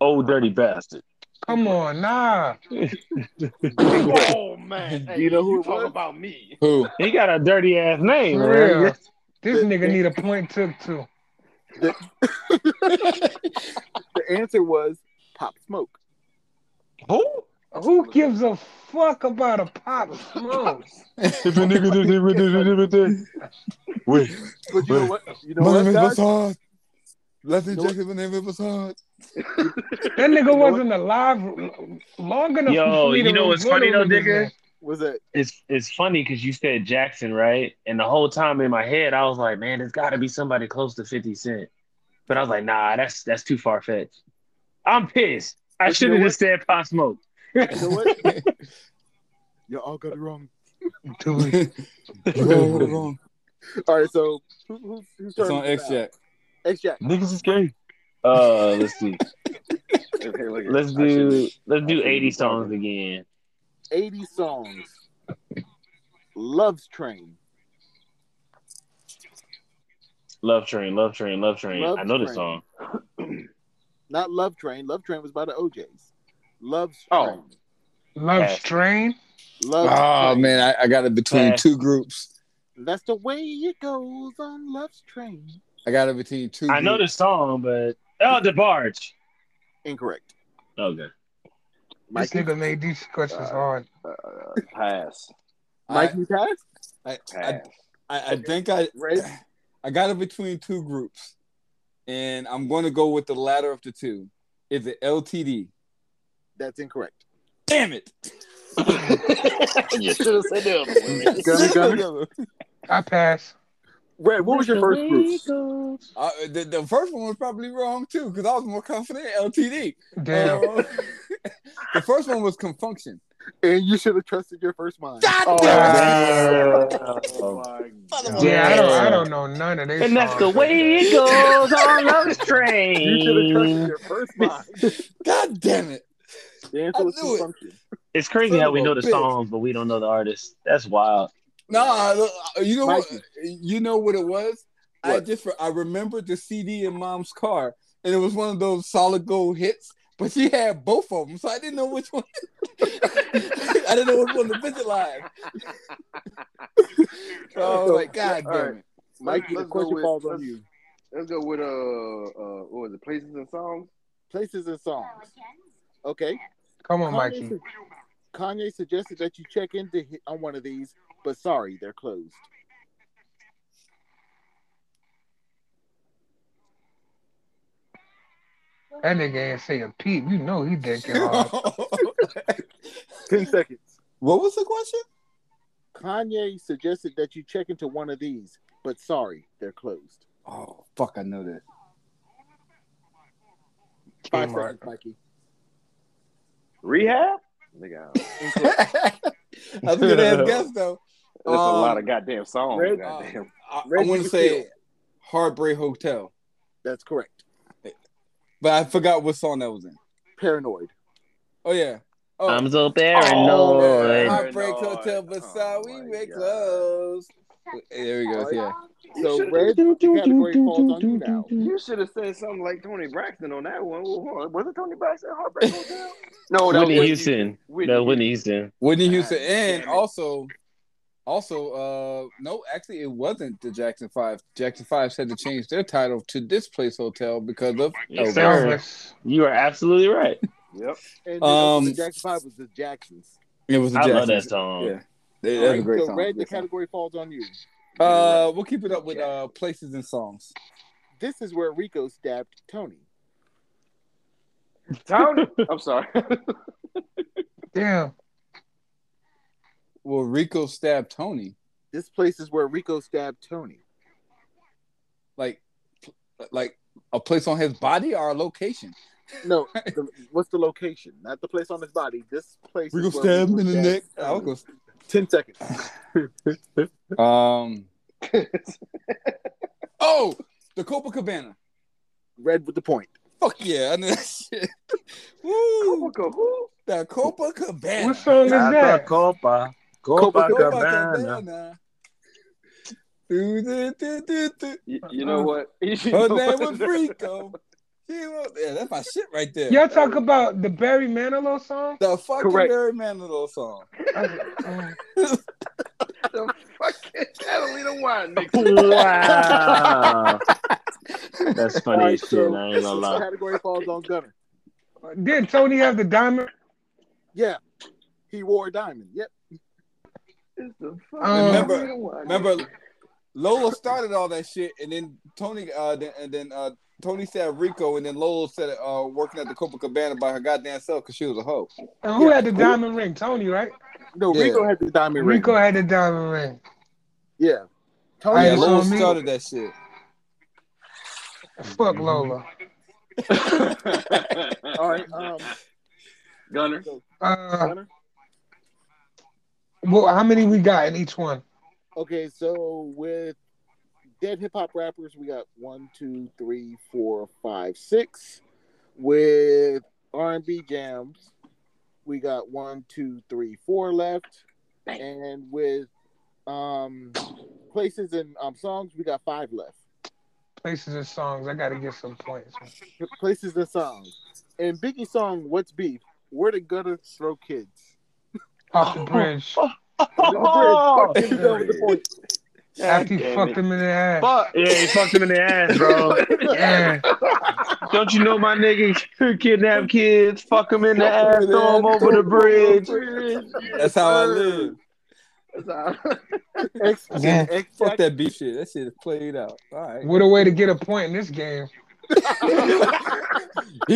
Speaker 6: Oh, dirty bastard.
Speaker 1: Come on, nah.
Speaker 5: oh man,
Speaker 4: Do you know who it was?
Speaker 5: about me?
Speaker 2: Who?
Speaker 6: He got a dirty ass name,
Speaker 1: For
Speaker 6: man.
Speaker 1: real. This nigga need a point took too.
Speaker 4: The answer was Pop Smoke.
Speaker 6: Who?
Speaker 1: Who gives a fuck about a pop of smoke?
Speaker 6: If a nigga did it, did it, did it, did it.
Speaker 2: Wait.
Speaker 4: But you know what? You know
Speaker 2: My
Speaker 4: what,
Speaker 2: name is
Speaker 4: guys?
Speaker 2: Bassard. Let's
Speaker 4: know what?
Speaker 2: inject my name is Bassard.
Speaker 1: That
Speaker 4: know
Speaker 1: nigga
Speaker 4: what?
Speaker 1: wasn't alive long enough
Speaker 6: Yo,
Speaker 1: for me to
Speaker 6: you know what's funny
Speaker 1: remember
Speaker 6: though,
Speaker 1: this
Speaker 6: nigga?
Speaker 1: name.
Speaker 4: Was that
Speaker 6: It's it's funny because you said Jackson, right? And the whole time in my head, I was like, man, there's got to be somebody close to Fifty Cent. But I was like, nah, that's that's too far fetched. I'm pissed. I
Speaker 4: But
Speaker 6: should
Speaker 4: you
Speaker 6: have
Speaker 4: know
Speaker 6: just said Pop Smoke.
Speaker 4: You know what? Y'all all got it wrong.
Speaker 1: Dude,
Speaker 2: Hold on.
Speaker 4: All right, so who, who, who's
Speaker 2: It's on X Jack.
Speaker 4: X Jack.
Speaker 6: Niggas is gay. Uh, let's see.
Speaker 5: Okay, look at-
Speaker 6: Let's
Speaker 5: I should've-
Speaker 6: do let's do
Speaker 5: should've
Speaker 6: eighty
Speaker 5: been
Speaker 6: songs
Speaker 5: talking.
Speaker 6: again.
Speaker 4: 80 songs. Loves Train.
Speaker 6: Love Train, Love Train, Love Train.
Speaker 4: Love
Speaker 6: I know this
Speaker 4: Train.
Speaker 6: song.
Speaker 4: Not Love Train. Love Train was by the OJs. Loves
Speaker 5: Oh.
Speaker 4: Train.
Speaker 1: Love
Speaker 6: Yeah.
Speaker 1: Strain?
Speaker 4: Love
Speaker 2: Oh
Speaker 4: Train.
Speaker 2: man, I, I got it between
Speaker 6: Pass.
Speaker 2: two groups.
Speaker 4: That's the way it goes on Love's Train.
Speaker 2: I got it between two.
Speaker 6: I know
Speaker 2: groups.
Speaker 6: this song, but oh, the barge.
Speaker 4: Incorrect.
Speaker 6: Okay.
Speaker 1: This
Speaker 4: Mikey,
Speaker 1: nigga made these questions
Speaker 5: Uh,
Speaker 1: hard.
Speaker 5: Uh, pass.
Speaker 2: I,
Speaker 4: Mikey passed?
Speaker 5: Pass.
Speaker 2: I, I think I
Speaker 4: Red?
Speaker 2: I got it between two groups, and I'm going to go with the latter of the two. Is it LTD?
Speaker 4: That's incorrect.
Speaker 2: Damn it!
Speaker 6: you should have said the other
Speaker 4: Gunner, Gunner.
Speaker 1: I pass.
Speaker 4: Red, what was your first group?
Speaker 6: group?
Speaker 2: Uh, the, the first one was probably wrong too because I was more confident in LTD.
Speaker 1: Damn.
Speaker 6: Oh,
Speaker 2: Uh, the first one was Confunction.
Speaker 4: And you should have trusted your first mind.
Speaker 6: Oh,
Speaker 1: damn. yeah, I don't I
Speaker 6: damn. yeah.
Speaker 1: don't know none of this.
Speaker 6: And that's the way it goes on Love
Speaker 4: You should have trusted
Speaker 6: Train.
Speaker 4: your first mind.
Speaker 2: God damn it!
Speaker 4: The
Speaker 2: I
Speaker 4: answer was
Speaker 2: knew it.
Speaker 4: consumption.
Speaker 6: It's crazy
Speaker 2: Son
Speaker 6: how
Speaker 2: of
Speaker 6: we
Speaker 2: a
Speaker 6: know the
Speaker 2: bitch.
Speaker 6: songs, but we don't know the artist. That's wild.
Speaker 2: Nah, look, you know what?
Speaker 4: Mikey.
Speaker 2: You know what it was? I
Speaker 4: What?
Speaker 2: just I remembered the CD in mom's car, and it was one of those solid gold hits. But she had both of them, so I didn't know which one. I didn't know which one to visualize. so I was like, God
Speaker 5: All
Speaker 2: damn
Speaker 5: right.
Speaker 2: it, Mikey. The
Speaker 5: Let's go
Speaker 2: question
Speaker 5: with-
Speaker 2: falls on
Speaker 5: let's-
Speaker 2: you.
Speaker 5: Let's go with uh, uh what was it? Places and songs.
Speaker 4: Places and songs. Okay.
Speaker 1: Come on,
Speaker 4: Kanye,
Speaker 1: Mikey.
Speaker 4: su- Kanye suggested that you check into hi- on one of these, but sorry, they're closed.
Speaker 1: That nigga ain't say a peep. You know he dicking hard.
Speaker 4: Ten seconds.
Speaker 2: what was the question?
Speaker 4: Kanye suggested that you check into one of these, but sorry, they're closed.
Speaker 2: Oh fuck, I know that.
Speaker 4: Five
Speaker 1: Kmart.
Speaker 4: seconds, Mikey.
Speaker 5: Rehab. Nigga, that's
Speaker 2: That's a good ass guess though.
Speaker 5: a
Speaker 2: Um,
Speaker 5: lot of goddamn songs.
Speaker 4: Red-
Speaker 5: goddamn.
Speaker 2: I, I
Speaker 4: Reggie
Speaker 2: want to say
Speaker 4: Phil.
Speaker 2: Heartbreak Hotel,
Speaker 4: That's correct.
Speaker 2: but I forgot what song that was in.
Speaker 4: Paranoid.
Speaker 2: Oh yeah. Oh,
Speaker 6: I'm so
Speaker 2: yeah.
Speaker 6: paranoid.
Speaker 5: Oh,
Speaker 2: Heartbreak
Speaker 5: Lord.
Speaker 2: Hotel, but
Speaker 5: Oh,
Speaker 2: sorry, we
Speaker 5: my
Speaker 2: were
Speaker 5: God.
Speaker 2: close. There we
Speaker 4: Oh,
Speaker 2: go. Yeah.
Speaker 4: So red category falls on you now.
Speaker 5: You should have said something like Tony Braxton on that one. Was it Tony Braxton Heartbreak Hotel? no, that
Speaker 6: Whitney
Speaker 5: was
Speaker 6: Houston.
Speaker 5: Whitney
Speaker 6: No, Whitney Houston.
Speaker 2: Whitney
Speaker 5: God
Speaker 2: Houston,
Speaker 5: damn
Speaker 2: and
Speaker 5: it.
Speaker 2: also, also, uh, no, actually, it wasn't the Jackson Five. Jackson Five had to change their title to This Place Hotel because of
Speaker 6: Yes, sir.
Speaker 1: Elvis.
Speaker 6: Oh, You are absolutely right.
Speaker 5: Yep.
Speaker 4: And
Speaker 2: Um,
Speaker 4: the Jackson Five was the Jacksons.
Speaker 2: it was. The
Speaker 6: I love that
Speaker 2: Jacksons.
Speaker 6: song.
Speaker 2: Yeah, They- that's a
Speaker 4: Alright,
Speaker 2: great
Speaker 4: so
Speaker 2: song.
Speaker 4: red the
Speaker 2: Good song.
Speaker 4: category falls on you.
Speaker 2: Uh, we'll keep it up with uh places and songs.
Speaker 4: This is where Rico stabbed Tony.
Speaker 5: Tony. I'm sorry.
Speaker 1: Damn.
Speaker 2: Well, Rico stabbed Tony.
Speaker 4: This place is where Rico stabbed Tony.
Speaker 2: Like, like a place on his body or a location.
Speaker 4: No, the, what's the location? Not the place on his body. This place.
Speaker 2: Rico
Speaker 4: is where
Speaker 2: stabbed him in the
Speaker 4: stabbed
Speaker 2: neck.
Speaker 4: Tony.
Speaker 2: I'll go.
Speaker 4: Ten seconds.
Speaker 2: Um. oh, the Copacabana.
Speaker 4: Red with the point.
Speaker 2: Fuck yeah, I knew that shit. Woo,
Speaker 5: Coca, who?
Speaker 2: the Copacabana.
Speaker 1: What song is that?
Speaker 6: Copa.
Speaker 2: Copacabana. Do, do, do, do, do.
Speaker 5: You, you know what? You
Speaker 2: Her
Speaker 5: know
Speaker 2: name
Speaker 5: what?
Speaker 2: was Rico. She was, yeah, that's my shit right there.
Speaker 1: Y'all talk about the Barry Manilow song?
Speaker 2: The fucking
Speaker 4: Correct.
Speaker 2: Barry Manilow song.
Speaker 5: the fucking Catalina wine mix.
Speaker 6: Wow. That's funny
Speaker 4: Alright,
Speaker 6: as shit.
Speaker 4: so
Speaker 6: I ain't
Speaker 4: this
Speaker 6: gonna
Speaker 4: is the
Speaker 6: lie.
Speaker 4: category falls on Gunner.
Speaker 1: Did uh, Tony have the diamond?
Speaker 4: Yeah, he wore a diamond. Yep.
Speaker 5: It's the fucking
Speaker 1: Um,
Speaker 2: Remember-
Speaker 5: Catalina wine mix.
Speaker 2: Remember, Lola started all that shit, and then Tony, uh, then, and then uh, Tony said Rico, and then Lola said uh, working at the Copacabana by her goddamn self because she was a hoe.
Speaker 1: And who had the diamond ring? Tony, right?
Speaker 4: No,
Speaker 2: Yeah.
Speaker 4: Rico had the diamond ring.
Speaker 1: Rico had the diamond ring.
Speaker 4: Yeah. Tony.
Speaker 1: All right,
Speaker 2: Yeah,
Speaker 1: it's
Speaker 2: Lola
Speaker 1: on me.
Speaker 2: started that shit.
Speaker 1: Fuck
Speaker 4: Mm-hmm.
Speaker 1: Lola.
Speaker 4: All right. Um,
Speaker 5: Gunner.
Speaker 1: Uh,
Speaker 4: Gunner.
Speaker 1: well, how many we got in each one?
Speaker 4: Okay, so with dead hip hop rappers, we got one, two, three, four, five, six. With R and B jams, we got one, two, three, four left. And with um places and um songs, we got five left.
Speaker 1: Places and songs. I gotta get some points.
Speaker 4: Places and songs. And Biggie's song, What's Beef? Where the gutter throw kids.
Speaker 1: Off the bridge.
Speaker 4: With the
Speaker 6: Oh,
Speaker 4: bridge, fuck him, done with the point.
Speaker 1: After you
Speaker 5: damn
Speaker 1: fucked
Speaker 5: it.
Speaker 1: him in the ass.
Speaker 5: Fuck.
Speaker 6: Yeah, he fucked him in the ass, bro.
Speaker 1: Yeah.
Speaker 6: Don't you know my nigga could kidnap kids, fuck them in the ass,
Speaker 2: in the
Speaker 6: throw them
Speaker 2: ass,
Speaker 6: over the bridge?
Speaker 2: That's how I live.
Speaker 4: X,
Speaker 1: Yeah.
Speaker 4: X
Speaker 2: Fuck that beef shit. That shit is played out. All right.
Speaker 1: What a way to get a point in this game.
Speaker 2: He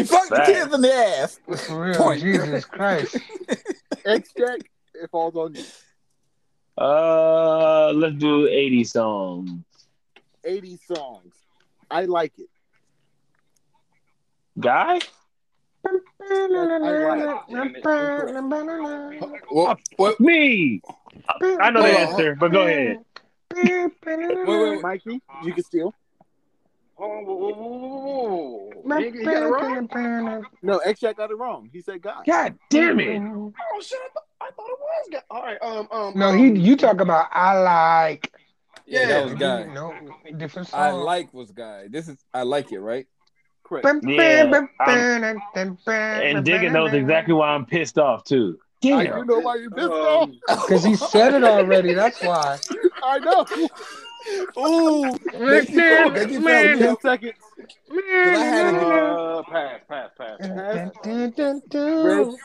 Speaker 2: fucked the
Speaker 6: Facts.
Speaker 2: kids in the ass.
Speaker 1: For real.
Speaker 2: Point.
Speaker 1: Jesus Christ.
Speaker 4: X Jack, it falls on you.
Speaker 6: Uh, let's do 80 songs.
Speaker 4: 80 songs. I like it.
Speaker 6: Guy?
Speaker 2: Well, what,
Speaker 6: Me! I know the
Speaker 2: Hold on,
Speaker 6: answer, but go ahead.
Speaker 2: wait, wait, wait.
Speaker 4: Mikey, you can steal.
Speaker 5: Hold on, whoa, whoa, whoa, whoa, whoa. You ain't- you got it wrong?
Speaker 4: No, X Jack got it wrong. He said God.
Speaker 1: God
Speaker 6: damn it.
Speaker 5: Oh shit! I, thought- I thought it was. Guy. All right. Um. Um.
Speaker 1: No,
Speaker 5: um,
Speaker 1: he. You talk about I like.
Speaker 2: Yeah, that was
Speaker 1: You
Speaker 2: guy.
Speaker 1: know, different song.
Speaker 2: I like was guy. This is I like it, right?
Speaker 4: Correct.
Speaker 6: Yeah, I'm-
Speaker 1: And
Speaker 6: And Digga knows exactly why I'm pissed off too.
Speaker 4: I
Speaker 6: Damn.
Speaker 4: do know why you're pissed off.
Speaker 1: Because he said it already. That's why.
Speaker 4: I know.
Speaker 2: Ooh,
Speaker 1: Make
Speaker 2: you feel- make you feel
Speaker 1: man,
Speaker 2: good.
Speaker 4: Ten seconds.
Speaker 2: had
Speaker 5: Uh, pass, pass, pass.
Speaker 4: Red,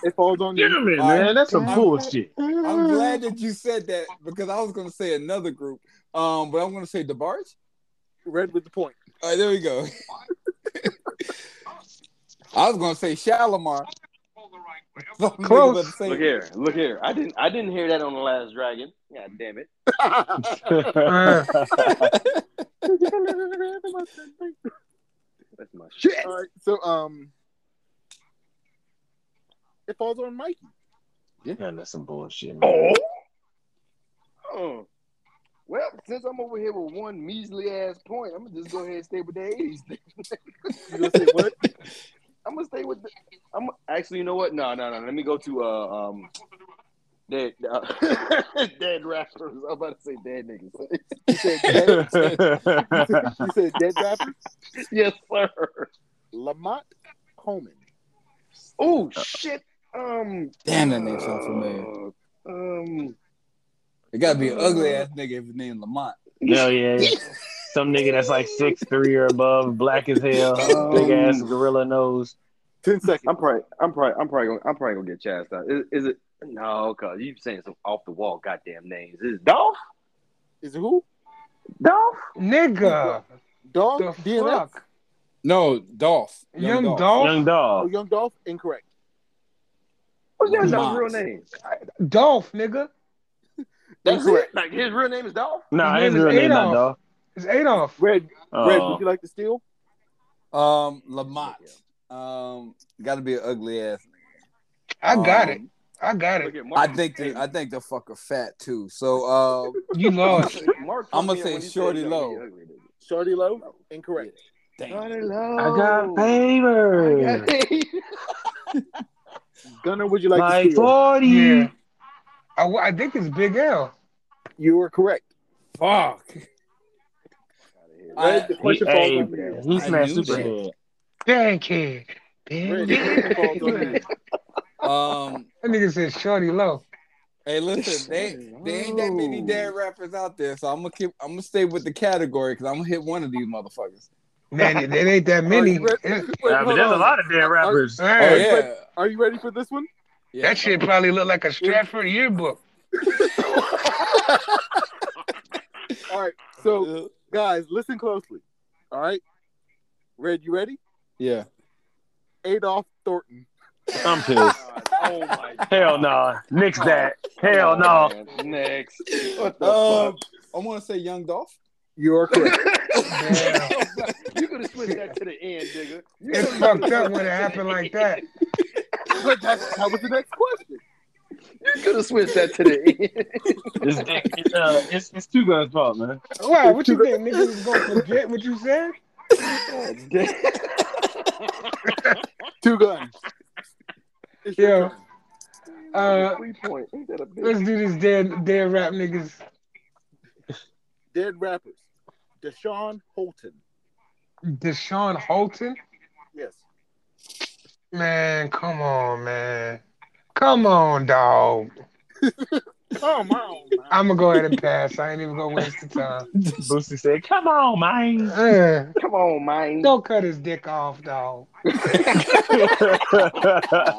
Speaker 4: it falls on you.
Speaker 6: Damn it,
Speaker 2: All right.
Speaker 6: man. That's some
Speaker 1: Damn.
Speaker 6: bullshit.
Speaker 2: I'm glad that you said that because I was gonna say another group. Um, but I'm gonna say DeBarge.
Speaker 4: Red with the point.
Speaker 2: All right, there we go. I was gonna say Shalimar.
Speaker 1: Close.
Speaker 5: Look here, look here. I didn't, I didn't hear that on the Last Dragon. God damn it.
Speaker 1: Uh,
Speaker 5: That's my shit.
Speaker 4: All right, so um, it falls on Mikey.
Speaker 6: Man, that's some bullshit. Man.
Speaker 5: Oh. Oh. Well, since I'm over here with one measly ass point, I'm gonna just go ahead and stay with the 80s.
Speaker 4: You gonna say what?
Speaker 5: I'm gonna stay with. The, I'm actually, you know what? No, no, no. Let me go to uh um dead uh, dead rappers. I'm about to say dead niggas.
Speaker 4: You said dead, you said dead rapper
Speaker 5: yes, sir.
Speaker 4: Lamont Coleman.
Speaker 5: Oh shit. Um.
Speaker 2: Damn, Uh, that name sounds familiar.
Speaker 5: uh, Um.
Speaker 2: It gotta be an ugly ass nigga if his name Lamont.
Speaker 6: Hell yeah. Some nigga that's like six three or above, black as hell,
Speaker 5: Um,
Speaker 6: big ass gorilla nose.
Speaker 4: Ten seconds.
Speaker 5: I'm probably. I'm probably. I'm probably. Gonna, I'm probably gonna get chastised. Is, is it? No, cause you saying some off the wall goddamn names. Is it Dolph?
Speaker 4: Is it who?
Speaker 5: Dolph?
Speaker 1: Nigga.
Speaker 4: Dog.
Speaker 1: The
Speaker 4: DMX?
Speaker 1: fuck?
Speaker 2: No, Dolph.
Speaker 1: Young, Dolph.
Speaker 6: Young
Speaker 4: Oh,
Speaker 6: dog.
Speaker 4: Young Dolph. Incorrect.
Speaker 5: What's Young
Speaker 2: Lamont.
Speaker 5: Dolph's real name?
Speaker 1: Dolph, nigga.
Speaker 5: That's
Speaker 4: Incorrect.
Speaker 5: it. Like his real name is Dolph.
Speaker 6: Nah,
Speaker 1: His
Speaker 6: his
Speaker 1: name
Speaker 6: real
Speaker 1: is
Speaker 6: name not
Speaker 1: Adolf.
Speaker 6: dog.
Speaker 1: It's Adolf.
Speaker 4: Red. Red.
Speaker 6: Oh.
Speaker 4: Would you like to steal?
Speaker 2: Um, Lamont. Um, gotta be an ugly ass.
Speaker 1: I got
Speaker 2: Um,
Speaker 1: it. I got
Speaker 5: Look
Speaker 1: it.
Speaker 5: at Mark.
Speaker 2: I think the, I think the fucker fat too. So uh,
Speaker 1: You lost.
Speaker 5: Mark
Speaker 2: I'ma
Speaker 5: told me
Speaker 2: say
Speaker 5: when he said
Speaker 2: Shorty
Speaker 5: he's
Speaker 2: Low.
Speaker 5: ugly, nigga.
Speaker 4: Shorty Low. Incorrect.
Speaker 2: damn.
Speaker 5: Shorty Low.
Speaker 6: I got favor.
Speaker 4: Gunner. Would you like, to
Speaker 6: Like
Speaker 4: steal?
Speaker 6: forty.
Speaker 1: Yeah. I, I think it's Big L.
Speaker 4: You were correct.
Speaker 2: Fuck.
Speaker 4: Red.
Speaker 2: I-
Speaker 4: the
Speaker 6: He,
Speaker 4: question
Speaker 6: hey,
Speaker 4: falls on you.
Speaker 6: he
Speaker 2: I
Speaker 6: smashed
Speaker 2: knew
Speaker 6: Superhead.
Speaker 1: Thank you. Big
Speaker 4: Red. The question falls on
Speaker 1: L.
Speaker 4: you.
Speaker 2: Um,
Speaker 1: That nigga said Shorty Low.
Speaker 2: hey, listen, they they ain't that many dead rappers out there, so I'm gonna keep I'm gonna stay with the category because I'm gonna hit one of these motherfuckers.
Speaker 1: Man, it, it ain't that many.
Speaker 4: Are you
Speaker 1: It-
Speaker 4: ready? Wait,
Speaker 6: Nah, but
Speaker 4: hold
Speaker 6: there's a
Speaker 4: on.
Speaker 6: lot of dead rappers.
Speaker 2: Oh
Speaker 1: Hey,
Speaker 2: yeah,
Speaker 4: Are you ready for this one?
Speaker 2: yeah.
Speaker 1: That shit probably looked like a Stratford yearbook.
Speaker 4: All right. So, guys, listen closely. All right. Red, you ready?
Speaker 2: yeah.
Speaker 4: Adolf Thornton.
Speaker 6: I'm pissed.
Speaker 5: oh my god.
Speaker 6: Hell nah. Nix that. Hell
Speaker 5: Come
Speaker 6: no.
Speaker 5: on, man. Next. What the
Speaker 2: Um, I want to say Young Dolph.
Speaker 4: You are correct.
Speaker 1: Damn.
Speaker 5: fuck? you could have switched that to the end, nigga. You
Speaker 1: It's
Speaker 5: coulda
Speaker 1: fucked
Speaker 5: switched
Speaker 1: up
Speaker 5: that
Speaker 1: when it
Speaker 5: to
Speaker 1: happened
Speaker 5: the
Speaker 1: like
Speaker 5: end.
Speaker 1: that.
Speaker 4: but that's, that was the next question.
Speaker 5: You could have switched that to the end.
Speaker 6: It's, it's, uh, it's, it's Two Guns' fault, man.
Speaker 1: Wow, what you think? Niggas was gonna forget what you said?
Speaker 5: God damn.
Speaker 4: Two guns. It's your
Speaker 1: Yeah.
Speaker 4: turn.
Speaker 1: Uh,
Speaker 5: Three point. Ain't that a bitch?
Speaker 1: Let's do this dead dead rap niggas.
Speaker 4: Dead rappers. Deshaun Holton.
Speaker 1: Deshaun Holton?
Speaker 4: Yes.
Speaker 1: Man, come on, man. Come on, dog.
Speaker 4: Come on. man.
Speaker 1: I'ma go ahead and pass. I ain't even gonna waste the time.
Speaker 6: Boosie said, "Come on, man."
Speaker 1: Uh,
Speaker 5: Come on, man.
Speaker 1: don't cut his dick off, dog.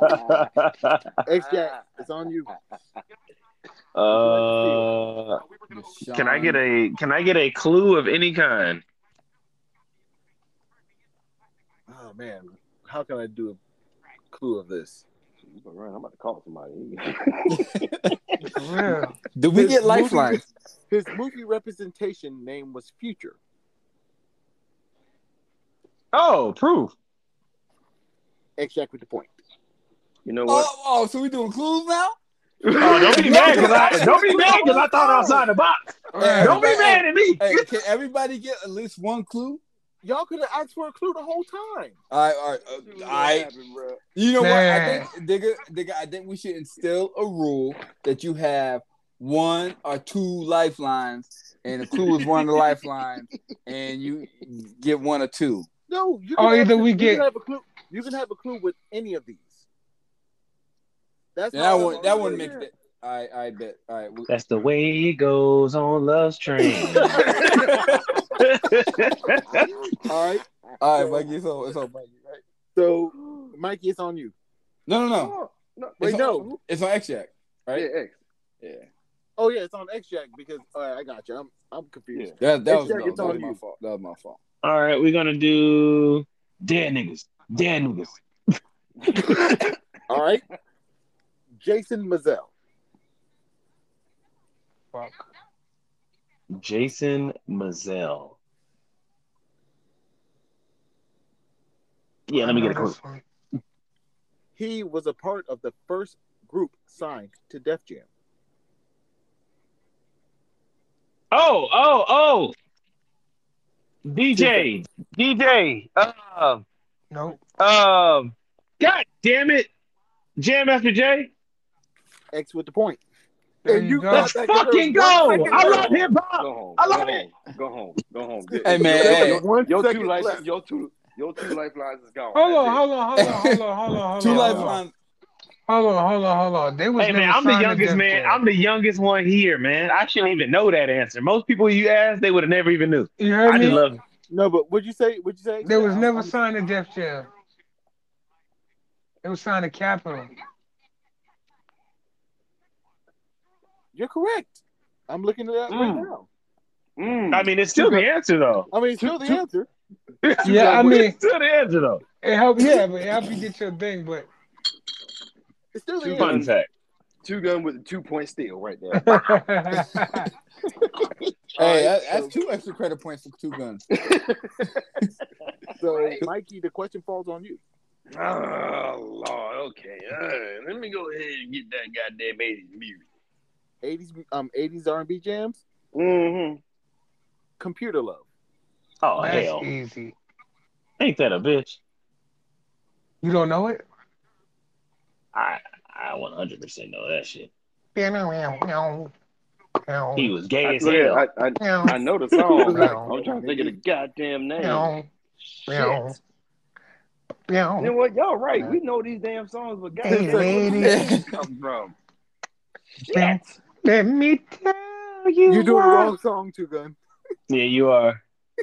Speaker 4: X Jack, it's on you.
Speaker 6: uh, can I get a Can I get a clue of any kind?
Speaker 4: Oh, man. How can I do a clue of this?
Speaker 5: Run, I'm about to call somebody.
Speaker 1: For real.
Speaker 2: Do we
Speaker 4: His
Speaker 2: get
Speaker 4: movie-
Speaker 2: lifelines?
Speaker 4: His movie representation name was Future.
Speaker 6: Oh, proof.
Speaker 4: X Jack with the point.
Speaker 5: You know what?
Speaker 2: Oh, oh, so we doing clues now?
Speaker 6: Oh, don't be mad because I don't be mad because I thought outside the box.
Speaker 2: Hey,
Speaker 6: Don't be mad at me.
Speaker 2: Hey, can everybody get at least one clue?
Speaker 4: Y'all could have asked for a clue the whole time.
Speaker 2: All right, all right, uh, all right. You know
Speaker 1: Man.
Speaker 2: what? I think, digga, digga, I think we should instill a rule that you have one or two lifelines, and the clue is one of the lifelines, and you get one or two.
Speaker 4: No, you
Speaker 1: Oh, either
Speaker 4: have-
Speaker 1: we
Speaker 4: you
Speaker 1: get-
Speaker 4: can have a clue. You can have a clue with any of these. That's
Speaker 2: Yeah, that
Speaker 4: how I'm
Speaker 2: one, that
Speaker 4: gonna
Speaker 2: one
Speaker 4: do it.
Speaker 2: makes it. I, I bet. All right. we-
Speaker 6: That's the way it goes on Love's Train.
Speaker 4: All right.
Speaker 2: All right, Mikey. So it's on Mikey, right?
Speaker 4: So, Mikey, it's on you.
Speaker 2: No, no, no.
Speaker 5: No, no,
Speaker 4: Wait,
Speaker 2: It's on-
Speaker 4: no.
Speaker 2: It's on X Jack,
Speaker 5: Yeah,
Speaker 2: right?
Speaker 5: X.
Speaker 2: Yeah.
Speaker 4: Oh yeah, it's on X Jack because all right, I got you. I'm I'm confused.
Speaker 2: That, that
Speaker 4: X
Speaker 2: was,
Speaker 4: Jack,
Speaker 2: no,
Speaker 4: it's
Speaker 2: that
Speaker 4: on
Speaker 2: was my
Speaker 4: you.
Speaker 2: fault. That was my fault.
Speaker 6: All right, we're gonna do dead niggas, dead niggas.
Speaker 4: All right. Jason Mazel.
Speaker 1: Fuck.
Speaker 6: Jason Mazel. Yeah, let me get a clue.
Speaker 1: This one.
Speaker 4: He was a part of the first group signed to Def Jam.
Speaker 6: Oh, oh, oh. DJ, DJ. Um,
Speaker 1: Nope.
Speaker 6: um. God damn it, Jam after J.
Speaker 4: X with the point.
Speaker 1: There
Speaker 4: And
Speaker 1: you
Speaker 4: you
Speaker 1: go.
Speaker 6: Let's
Speaker 4: that
Speaker 6: fucking go!
Speaker 4: girl- one second
Speaker 6: I love
Speaker 4: left.
Speaker 6: hip hop.
Speaker 5: Go home.
Speaker 6: I
Speaker 5: go
Speaker 6: love
Speaker 5: home.
Speaker 6: it.
Speaker 5: Go home. Go home.
Speaker 2: Hey, man,
Speaker 5: Your,
Speaker 2: hey.
Speaker 4: One
Speaker 5: your two
Speaker 4: second
Speaker 5: life,
Speaker 4: left.
Speaker 5: your two, your two lifelines is gone.
Speaker 1: Hold on,
Speaker 5: That's
Speaker 1: hold on, hold on, hold on, hold on, hold
Speaker 2: Two
Speaker 1: on.
Speaker 2: lifelines.
Speaker 1: Hold on, hold on, hold on. They was
Speaker 6: Hey man,
Speaker 1: never
Speaker 6: I'm the
Speaker 1: signed to
Speaker 6: youngest
Speaker 1: Def
Speaker 6: man.
Speaker 1: Jam.
Speaker 6: I'm the youngest one here, man. I shouldn't even know that answer. Most people you ask, they would have never even knew.
Speaker 1: You heard
Speaker 6: I
Speaker 1: me?
Speaker 6: just love it.
Speaker 4: No, but what'd you say? What'd you say?
Speaker 1: They was
Speaker 4: I'm-
Speaker 1: never
Speaker 4: I'm-
Speaker 1: signed to Def Jam. It was signed to Capitol.
Speaker 4: You're correct. I'm looking it up right
Speaker 5: Mm.
Speaker 4: now.
Speaker 5: it. Mm.
Speaker 6: I mean, it's still the answer though.
Speaker 4: I mean, it's still the answer.
Speaker 1: Yeah, I mean,
Speaker 6: It's still the answer though.
Speaker 1: it helped. Yeah, but it helped you get your thing. But
Speaker 4: It's still the
Speaker 5: Two
Speaker 4: answer.
Speaker 6: Fun fact.
Speaker 5: two gun with a two point steal right there.
Speaker 1: Oh,
Speaker 2: Hey,
Speaker 4: All right,
Speaker 2: that, that's two extra credit points for two guns.
Speaker 4: So, Mikey, the question falls on you.
Speaker 5: oh Lord, okay. Uh, let me go ahead and get that goddamn eighties music.
Speaker 4: 80s, um, 80s R&B jams.
Speaker 5: Mm-hmm.
Speaker 4: Computer love.
Speaker 6: Oh
Speaker 1: that's
Speaker 6: hell,
Speaker 1: easy.
Speaker 6: ain't that a bitch?
Speaker 1: You don't know it?
Speaker 6: I I 100 percent know that shit.
Speaker 1: He
Speaker 6: He was gay as
Speaker 5: look at-
Speaker 6: hell.
Speaker 5: I, I, I know the song. I'm trying to think of the goddamn name. Shit. You know what? Y'all right. We know these damn songs, but
Speaker 1: Hey,
Speaker 5: goddamn, where did
Speaker 1: lady.
Speaker 5: these songs come from? Shit.
Speaker 1: Let me tell you.
Speaker 4: You're doing the
Speaker 1: what-
Speaker 4: wrong song, Two Gun.
Speaker 6: yeah, you are.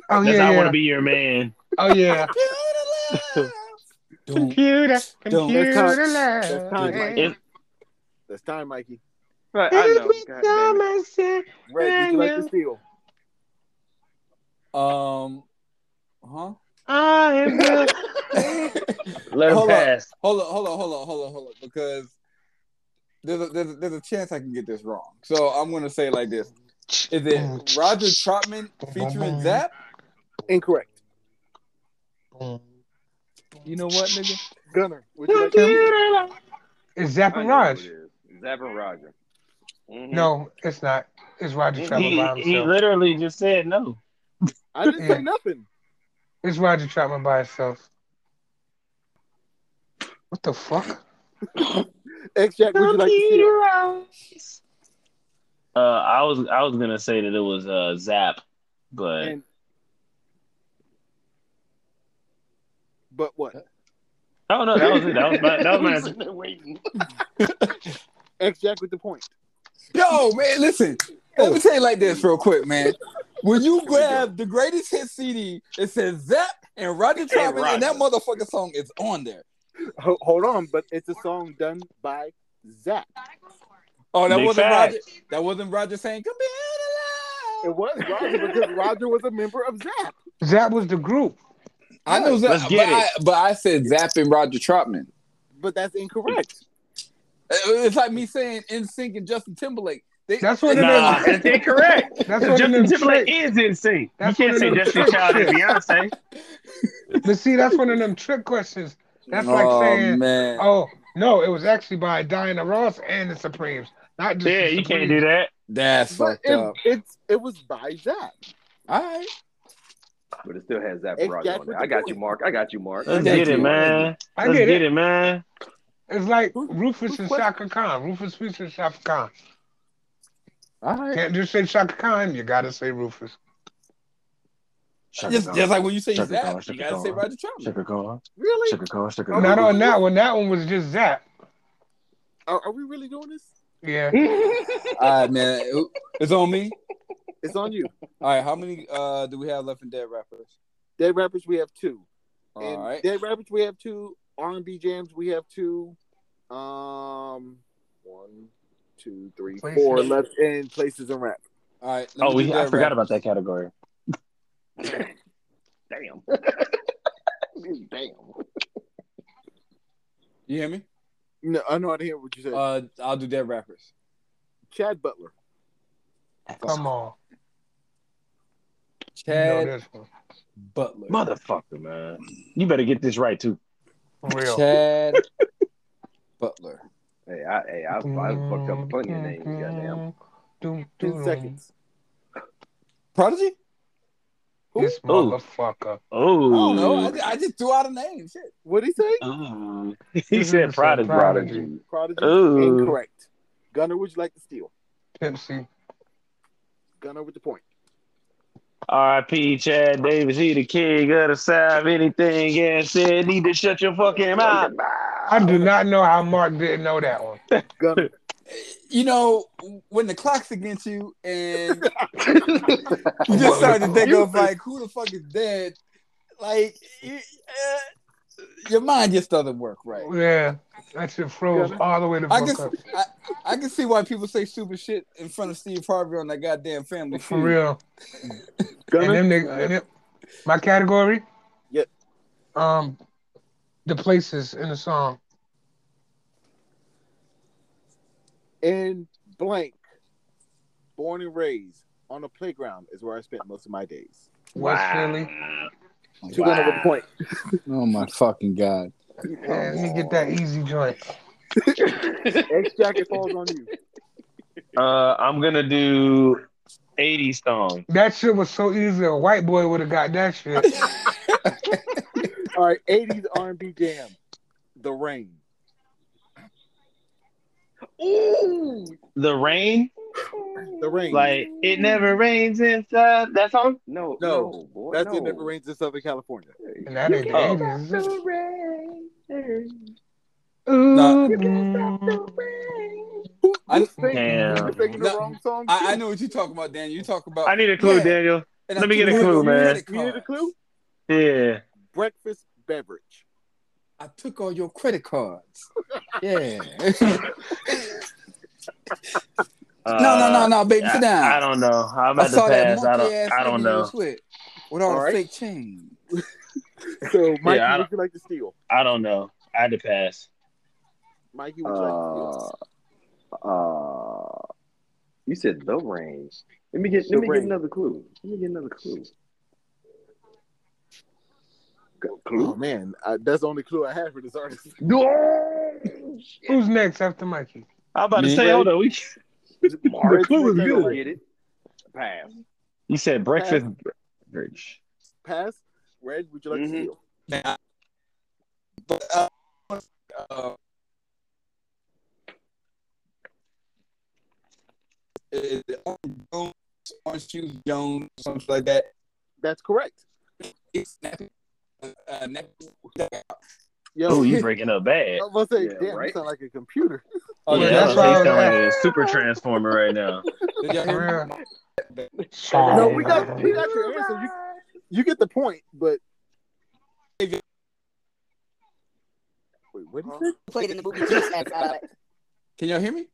Speaker 1: Oh
Speaker 6: That's
Speaker 1: yeah,
Speaker 6: I want
Speaker 1: yeah.
Speaker 6: to be your man.
Speaker 1: oh yeah.
Speaker 2: Don't-
Speaker 1: Computer,
Speaker 2: Don't.
Speaker 1: computer
Speaker 4: That's time.
Speaker 1: love.
Speaker 4: That's time,
Speaker 1: Hey.
Speaker 4: Mikey.
Speaker 6: If-
Speaker 4: That's time, Mikey.
Speaker 5: Right, I know. God damn it.
Speaker 4: Red, you like the steal.
Speaker 2: Um, huh?
Speaker 6: Let him
Speaker 2: Hold on.
Speaker 6: pass.
Speaker 2: Hold on, hold on, hold on, hold on, hold on, because there's a, there's a, there's a chance I can get this wrong. So I'm gonna say it like this: Is it Roger Trotman featuring Zap?
Speaker 4: Incorrect.
Speaker 2: You know what, nigga?
Speaker 4: Gunner, would you like the steal?
Speaker 1: It's Zap
Speaker 5: I
Speaker 1: and
Speaker 5: know who it
Speaker 1: Raj.
Speaker 5: is. Zap and Roger. Mhm.
Speaker 1: No, it's not. It's Roger
Speaker 5: He-
Speaker 1: Troutman by
Speaker 6: He, he
Speaker 1: himself.
Speaker 6: literally just said no.
Speaker 4: I didn't
Speaker 1: Yeah.
Speaker 4: say nothing.
Speaker 1: It's Roger Troutman by himself. What the fuck?
Speaker 4: X Jack, would you like the steal?
Speaker 6: Uh, I was I was gonna say that it was uh Zap, but
Speaker 4: And, but what?
Speaker 6: oh no, that was it. That was my that was my
Speaker 5: We
Speaker 6: answer.
Speaker 5: sitting there waiting.
Speaker 4: X Jack with the point.
Speaker 2: Yo, man, listen. Let me tell you like this real quick, man. When you grab the greatest hit CD, it says Zap and Roger Troutman, and that motherfucking song is on there.
Speaker 4: Ho- hold on, but it's a song done by Zach.
Speaker 2: Oh, that
Speaker 6: Big
Speaker 2: wasn't
Speaker 6: fact.
Speaker 2: Roger. That wasn't Roger saying "Come be
Speaker 4: It was Roger because Roger was a member of Zap.
Speaker 1: Zap was the group.
Speaker 2: I know Zap,
Speaker 6: Let's
Speaker 2: but,
Speaker 6: get
Speaker 2: I, but I said Zap and Roger Trotman.
Speaker 4: But that's incorrect.
Speaker 2: It's like me saying In Sync and Justin Timberlake. They,
Speaker 1: That's what it
Speaker 6: Nah,
Speaker 1: is.
Speaker 6: that's incorrect.
Speaker 1: That's what it
Speaker 6: Justin
Speaker 1: is.
Speaker 6: Timberlake is in sync. You
Speaker 1: That's
Speaker 6: can't
Speaker 1: one
Speaker 6: say
Speaker 1: of them
Speaker 6: Justin
Speaker 1: trick
Speaker 6: Child and
Speaker 1: shit.
Speaker 6: Beyonce.
Speaker 1: But see, that's one of them trick questions. That's like
Speaker 2: oh,
Speaker 1: saying,
Speaker 2: man.
Speaker 1: "Oh no, it was actually by Diana Ross and the Supremes, not just."
Speaker 6: Yeah,
Speaker 1: the
Speaker 6: you can't
Speaker 1: Supremes.
Speaker 6: do that.
Speaker 2: That's
Speaker 4: But
Speaker 2: fucked
Speaker 4: it,
Speaker 2: up.
Speaker 4: it's it was by Zach.
Speaker 2: All right.
Speaker 5: But it still has Zap
Speaker 4: Hey,
Speaker 5: and Roger
Speaker 4: Jack,
Speaker 5: on
Speaker 4: what
Speaker 5: there. I
Speaker 4: you
Speaker 5: got you,
Speaker 4: doing?
Speaker 5: Mark. I got you, Mark.
Speaker 6: Let's
Speaker 2: Thank
Speaker 6: get it,
Speaker 2: you.
Speaker 6: man.
Speaker 1: I
Speaker 6: Let's
Speaker 1: get it.
Speaker 6: it, man.
Speaker 1: It's like
Speaker 4: Who-
Speaker 1: Rufus
Speaker 4: who
Speaker 1: and
Speaker 4: was-
Speaker 1: Shaka Khan. Rufus featuring Shaka Khan.
Speaker 2: All right.
Speaker 1: Can't just say Shaka Khan. You gotta say Rufus.
Speaker 7: Shaka
Speaker 2: Just, just like when you say
Speaker 7: Shaka Khan,
Speaker 2: Zap, you
Speaker 7: Shaka
Speaker 2: gotta say
Speaker 7: Khan.
Speaker 2: Roger Troutman.
Speaker 7: Sugar Car,
Speaker 4: Really?
Speaker 7: Sugar Car, Sugar
Speaker 1: Not on that one. That one was just Zap.
Speaker 4: Are, are we really doing this?
Speaker 1: Yeah.
Speaker 2: All right, man, Who- it's on me.
Speaker 4: It's on you.
Speaker 2: All right, how many uh do we have left in dead rappers?
Speaker 4: Dead rappers, we have two.
Speaker 2: All right,
Speaker 4: Dead rappers, we have two. R and B jams, we have two. Um, one, two, three,
Speaker 1: Places.
Speaker 4: four left in places and rap.
Speaker 2: all right. let me
Speaker 7: Oh,
Speaker 2: do
Speaker 7: we I
Speaker 2: Dead
Speaker 7: forgot about
Speaker 2: Rappers.
Speaker 7: that category.
Speaker 5: Damn. Damn.
Speaker 2: You hear me?
Speaker 4: No, I know I didn't hear what you said.
Speaker 2: Uh, I'll do dead rappers.
Speaker 4: Chad Butler.
Speaker 1: Come on. You know
Speaker 2: Chad
Speaker 1: this one.
Speaker 2: Butler.
Speaker 7: Motherfucker, man. You better get this right too.
Speaker 1: For real.
Speaker 2: Chad Butler.
Speaker 5: Hey, I, hey, I, I fucked up plenty of names. Goddamn.
Speaker 1: Doom,
Speaker 4: Ten
Speaker 1: doom,
Speaker 4: seconds.
Speaker 2: Prodigy?
Speaker 1: This motherfucker.
Speaker 2: I don't know. I,
Speaker 7: Oh,
Speaker 2: ju- I just threw out a name. Shit.
Speaker 4: What did he say?
Speaker 7: he said prodigy.
Speaker 1: Prodigy.
Speaker 4: Prodigy.
Speaker 7: Ooh.
Speaker 4: Incorrect. Gunner, would you like to steal?
Speaker 1: Pepsi.
Speaker 4: Gunner with the point.
Speaker 7: R.I.P. Chad Davis. He the king of the South. Anything and said, need to shut your fucking mouth.
Speaker 1: I do not know how Mark didn't know that one.
Speaker 4: Gunner.
Speaker 2: You know, when the clock's against you and you just start to think of like who the fuck is dead, like you, uh, your mind just doesn't work right.
Speaker 1: Yeah. That shit froze
Speaker 4: Yeah.
Speaker 1: all the way to
Speaker 2: I can,
Speaker 1: fuck up.
Speaker 2: I, I can see why people say stupid shit in front of Steve Harvey on that goddamn family.
Speaker 1: For
Speaker 2: Feud.
Speaker 1: real. And
Speaker 4: Gunner.
Speaker 1: them niggas, and it, my category?
Speaker 4: Yep.
Speaker 1: Um, the places in the song.
Speaker 4: In blank. Born and raised on a playground is where I spent most of my days.
Speaker 1: West Philly.
Speaker 4: Two Gunner with a point.
Speaker 2: Oh my fucking god!
Speaker 1: Yeah, let me get that easy joint.
Speaker 4: X jacket falls on you.
Speaker 6: Uh, I'm gonna do 80s song.
Speaker 1: That shit was so easy. A white boy would have got that shit.
Speaker 4: All right, 80s R&B jam. The Rain.
Speaker 5: Ooh.
Speaker 6: The rain,
Speaker 4: The Rain.
Speaker 6: like it never rains inside. That song.
Speaker 5: No, no,
Speaker 4: No,
Speaker 5: boy.
Speaker 4: That's
Speaker 5: no.
Speaker 4: It Never Rains in Southern California.
Speaker 1: And that ain't the
Speaker 6: Oh.
Speaker 1: 80s. is it?
Speaker 2: Nah.
Speaker 1: Ooh, mm.
Speaker 4: Who,
Speaker 2: I-
Speaker 4: who's singing,
Speaker 6: Damn.
Speaker 4: who's singing the
Speaker 2: No,
Speaker 4: wrong song?
Speaker 2: I, I know what you're talking about, Dan. You talk about.
Speaker 6: I need a clue,
Speaker 2: Yeah.
Speaker 6: Daniel.
Speaker 2: And
Speaker 6: Let
Speaker 2: I
Speaker 6: me
Speaker 2: took
Speaker 6: get a
Speaker 2: away
Speaker 6: clue,
Speaker 2: your
Speaker 6: man.
Speaker 2: credit
Speaker 4: You need a
Speaker 2: cards.
Speaker 4: clue?
Speaker 6: Yeah.
Speaker 4: Breakfast beverage.
Speaker 2: I took all your credit cards. Yeah.
Speaker 6: Uh,
Speaker 2: no, no, no, no, baby, sit down.
Speaker 6: I, I don't know. I'm
Speaker 2: I
Speaker 6: about to
Speaker 2: saw that
Speaker 6: pass. I
Speaker 2: monkey ass
Speaker 6: don't. I don't
Speaker 2: nigga you
Speaker 6: know.
Speaker 2: was with, with all,
Speaker 4: All
Speaker 2: the
Speaker 4: right.
Speaker 2: fake chains.
Speaker 4: So, Mikey,
Speaker 6: I
Speaker 4: would you like to steal?
Speaker 6: I don't know. I had to pass.
Speaker 4: Mikey, would you like to steal?
Speaker 5: Uh, uh, you said the range. Let me get
Speaker 4: The
Speaker 5: let me
Speaker 4: range.
Speaker 5: get another clue. Let me get another clue. G-
Speaker 4: Oh
Speaker 5: Clue?
Speaker 4: man, I, that's the only clue I have for this artist.
Speaker 5: No. Shit.
Speaker 1: Who's next after Mikey?
Speaker 6: I'm about to
Speaker 2: Me?
Speaker 6: say, hold on. We,
Speaker 5: Mark,
Speaker 4: Red
Speaker 5: clue is
Speaker 4: Snake
Speaker 5: you
Speaker 4: Island.
Speaker 5: get it. Pass.
Speaker 7: He said breakfast beverage.
Speaker 4: Pass. Red, would you like to
Speaker 5: Mhm.
Speaker 4: steal?
Speaker 2: Now, but uh, uh, is it Orange Jones, Orange Shoes Jones, something like that.
Speaker 4: That's correct.
Speaker 2: It's nappy, uh, uh, nappy.
Speaker 4: Yo,
Speaker 6: oh, you breaking up bad.
Speaker 4: I was gonna say,
Speaker 5: Yeah,
Speaker 4: damn, you
Speaker 5: right?
Speaker 4: sound like a computer.
Speaker 2: Oh,
Speaker 6: yeah,
Speaker 2: yeah,
Speaker 6: that's
Speaker 1: that's why
Speaker 6: what
Speaker 1: I
Speaker 6: I'm
Speaker 1: was
Speaker 6: sound like
Speaker 1: like-
Speaker 6: a super transformer right now.
Speaker 2: Did y'all hear me?
Speaker 1: For real.
Speaker 4: No, we got we got your answer. You, you get the point, but wait, what did you say?
Speaker 3: played in the movie just as uh,
Speaker 2: Can y'all hear me?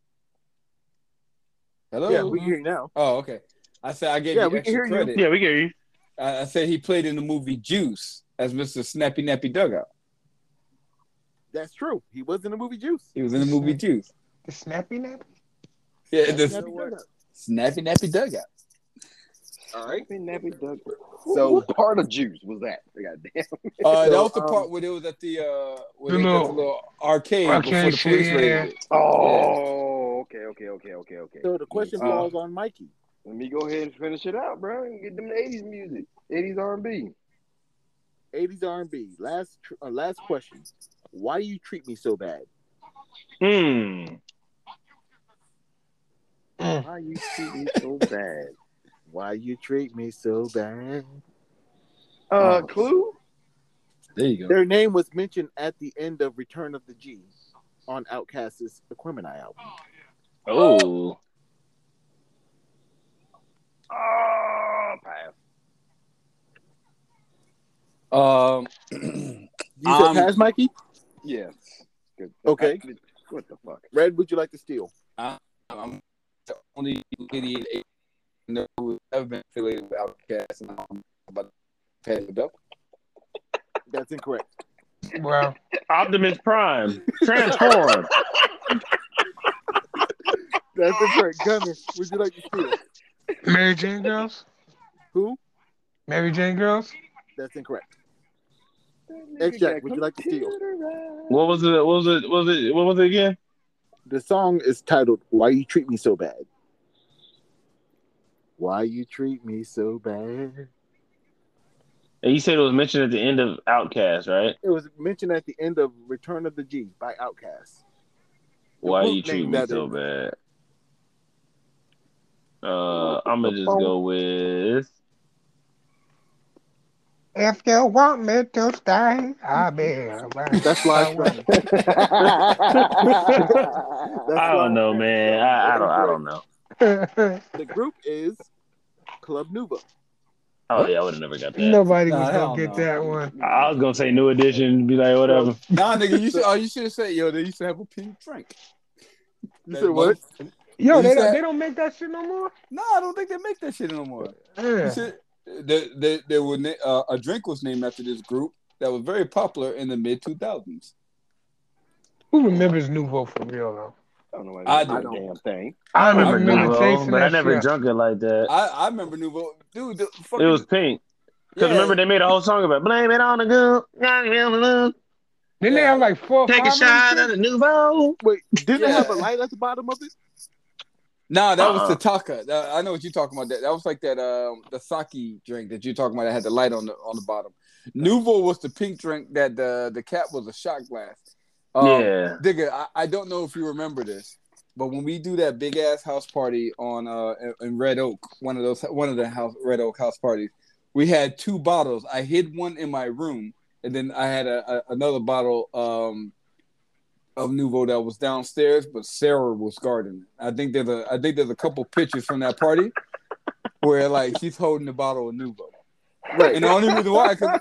Speaker 2: Hello.
Speaker 4: Yeah, we can hear you now.
Speaker 2: Oh, okay. I said I gave
Speaker 4: Yeah,
Speaker 2: you
Speaker 4: we
Speaker 2: extra
Speaker 4: can hear you.
Speaker 2: credit.
Speaker 6: Yeah, we hear you.
Speaker 2: I, I said he played in the movie Juice as Mr. Snappy Nappy Dugout.
Speaker 4: That's true. He was in the movie Juice.
Speaker 2: He was in the movie Juice.
Speaker 1: The snappy nappy?
Speaker 2: Yeah, the
Speaker 4: Snappy Donuts.
Speaker 2: Snappy Nappy Dugout.
Speaker 4: All right.
Speaker 5: Been that big duck.
Speaker 4: So-
Speaker 5: So what part of juice was that? Goddamn.
Speaker 2: Uh, that
Speaker 4: So,
Speaker 2: was the
Speaker 4: um,
Speaker 2: part where it was at the uh, where
Speaker 1: The
Speaker 2: they got the
Speaker 1: little-
Speaker 2: little arcade before
Speaker 1: Arcade
Speaker 2: the
Speaker 1: shit,
Speaker 2: police
Speaker 1: yeah.
Speaker 2: raided. it.
Speaker 5: Oh, okay, okay, okay, okay, okay.
Speaker 4: So the question
Speaker 5: Uh,
Speaker 4: falls on Mikey.
Speaker 5: Let me go ahead and finish it out, bro. And get them '80s music, '80s R&B.
Speaker 4: 80s R&B. Last tr- uh, last question. Why do you treat me so bad?
Speaker 6: Hmm.
Speaker 5: Why you treat me so bad?
Speaker 4: Why you treat me so bad?
Speaker 5: Uh,
Speaker 2: Oh.
Speaker 5: Clue.
Speaker 2: There you go.
Speaker 4: Their name was mentioned at the end of Return of the G on Outkast's Aquemini album.
Speaker 6: Oh,
Speaker 5: Oh, pass.
Speaker 2: Um,
Speaker 4: You said
Speaker 2: Um,
Speaker 4: pass, Mikey?
Speaker 5: Yes. Good.
Speaker 4: Okay.
Speaker 5: what the fuck?
Speaker 4: Red, would you like to steal?
Speaker 2: I'm Um, the only lady in eight I know who's ever been affiliated with Outkast, and um, I'm about to pat it up.
Speaker 4: That's incorrect.
Speaker 1: Wow.
Speaker 6: Optimus Prime, transform.
Speaker 4: That's incorrect. Gunner, would you like to steal?
Speaker 1: Mary Jane girls?
Speaker 4: Who?
Speaker 1: Mary Jane girls?
Speaker 4: That's incorrect. X Jack, would you like to steal?
Speaker 6: what was it? What was it? What was it? What was it again?
Speaker 4: The song is titled Why You Treat Me So Bad. Why You Treat Me So Bad.
Speaker 6: And you said it was mentioned at the end of Outcast, right?
Speaker 4: It was mentioned at the end of Return of the G by Outkast.
Speaker 6: Why
Speaker 4: group
Speaker 6: you treat
Speaker 4: name
Speaker 6: me
Speaker 4: that
Speaker 6: so
Speaker 4: is.
Speaker 6: bad? Uh, I'm gonna just go with.
Speaker 1: If you want me to stay, I'll be around.
Speaker 4: That's Live Train. That's
Speaker 6: I don't
Speaker 4: Live
Speaker 6: know,
Speaker 4: Train.
Speaker 6: man. I, I don't. I don't know.
Speaker 4: The group is Club Nuva.
Speaker 6: Oh yeah, I would have never got that.
Speaker 1: Nobody was
Speaker 2: Nah, hell
Speaker 1: gonna get
Speaker 2: no.
Speaker 1: that one.
Speaker 6: I was gonna say New Edition, be like whatever.
Speaker 2: Nah, nigga, you should. Oh, you should have said, yo, they used to have a pink drink.
Speaker 4: You said what?
Speaker 1: Yo,
Speaker 2: You
Speaker 1: they don't,
Speaker 2: said-
Speaker 1: they don't make that shit no more.
Speaker 2: No, I don't think they make that shit no more. You
Speaker 1: Yeah.
Speaker 2: should- They, they, they were na- uh, a drink was named after this group that was very popular in the mid 2000s.
Speaker 1: Who remembers Nouveau for real though?
Speaker 5: I don't know why
Speaker 2: I
Speaker 5: they did
Speaker 2: don't.
Speaker 5: the damn thing.
Speaker 1: I remember,
Speaker 6: I remember
Speaker 1: chasing
Speaker 6: Nuvo, but I
Speaker 1: that
Speaker 6: never
Speaker 1: shit.
Speaker 6: drunk it like that.
Speaker 2: I, I remember Nouveau, dude. The fucking,
Speaker 6: It was pink. Because
Speaker 2: yeah,
Speaker 6: remember, they made a whole song about blame it on the girl.
Speaker 1: Then they have like four or
Speaker 6: Take a
Speaker 1: five
Speaker 6: shot
Speaker 1: of
Speaker 6: at the Nouveau.
Speaker 4: Wait, didn't they
Speaker 2: Yeah.
Speaker 4: have a light at the bottom of it?
Speaker 2: Nah, that
Speaker 6: Uh-uh.
Speaker 2: was Tataka. That- I know what you're talking about. That that was like that um the sake drink that you're talking about that had the light on the on the bottom. Nouveau was the pink drink that the the cap was a shot glass. Um,
Speaker 6: yeah.
Speaker 2: Digga, I, I don't know if you remember this, but when we do that big ass house party on uh in- in Red Oak, one of those one of the house Red Oak house parties, we had two bottles. I hid one in my room, and then I had a, a another bottle um of Nouveau that was downstairs, but Sarah was guarding it. I think there's a I think there's a couple pictures from that party where like she's holding the bottle of Nouveau.
Speaker 4: Right,
Speaker 2: And the only reason why because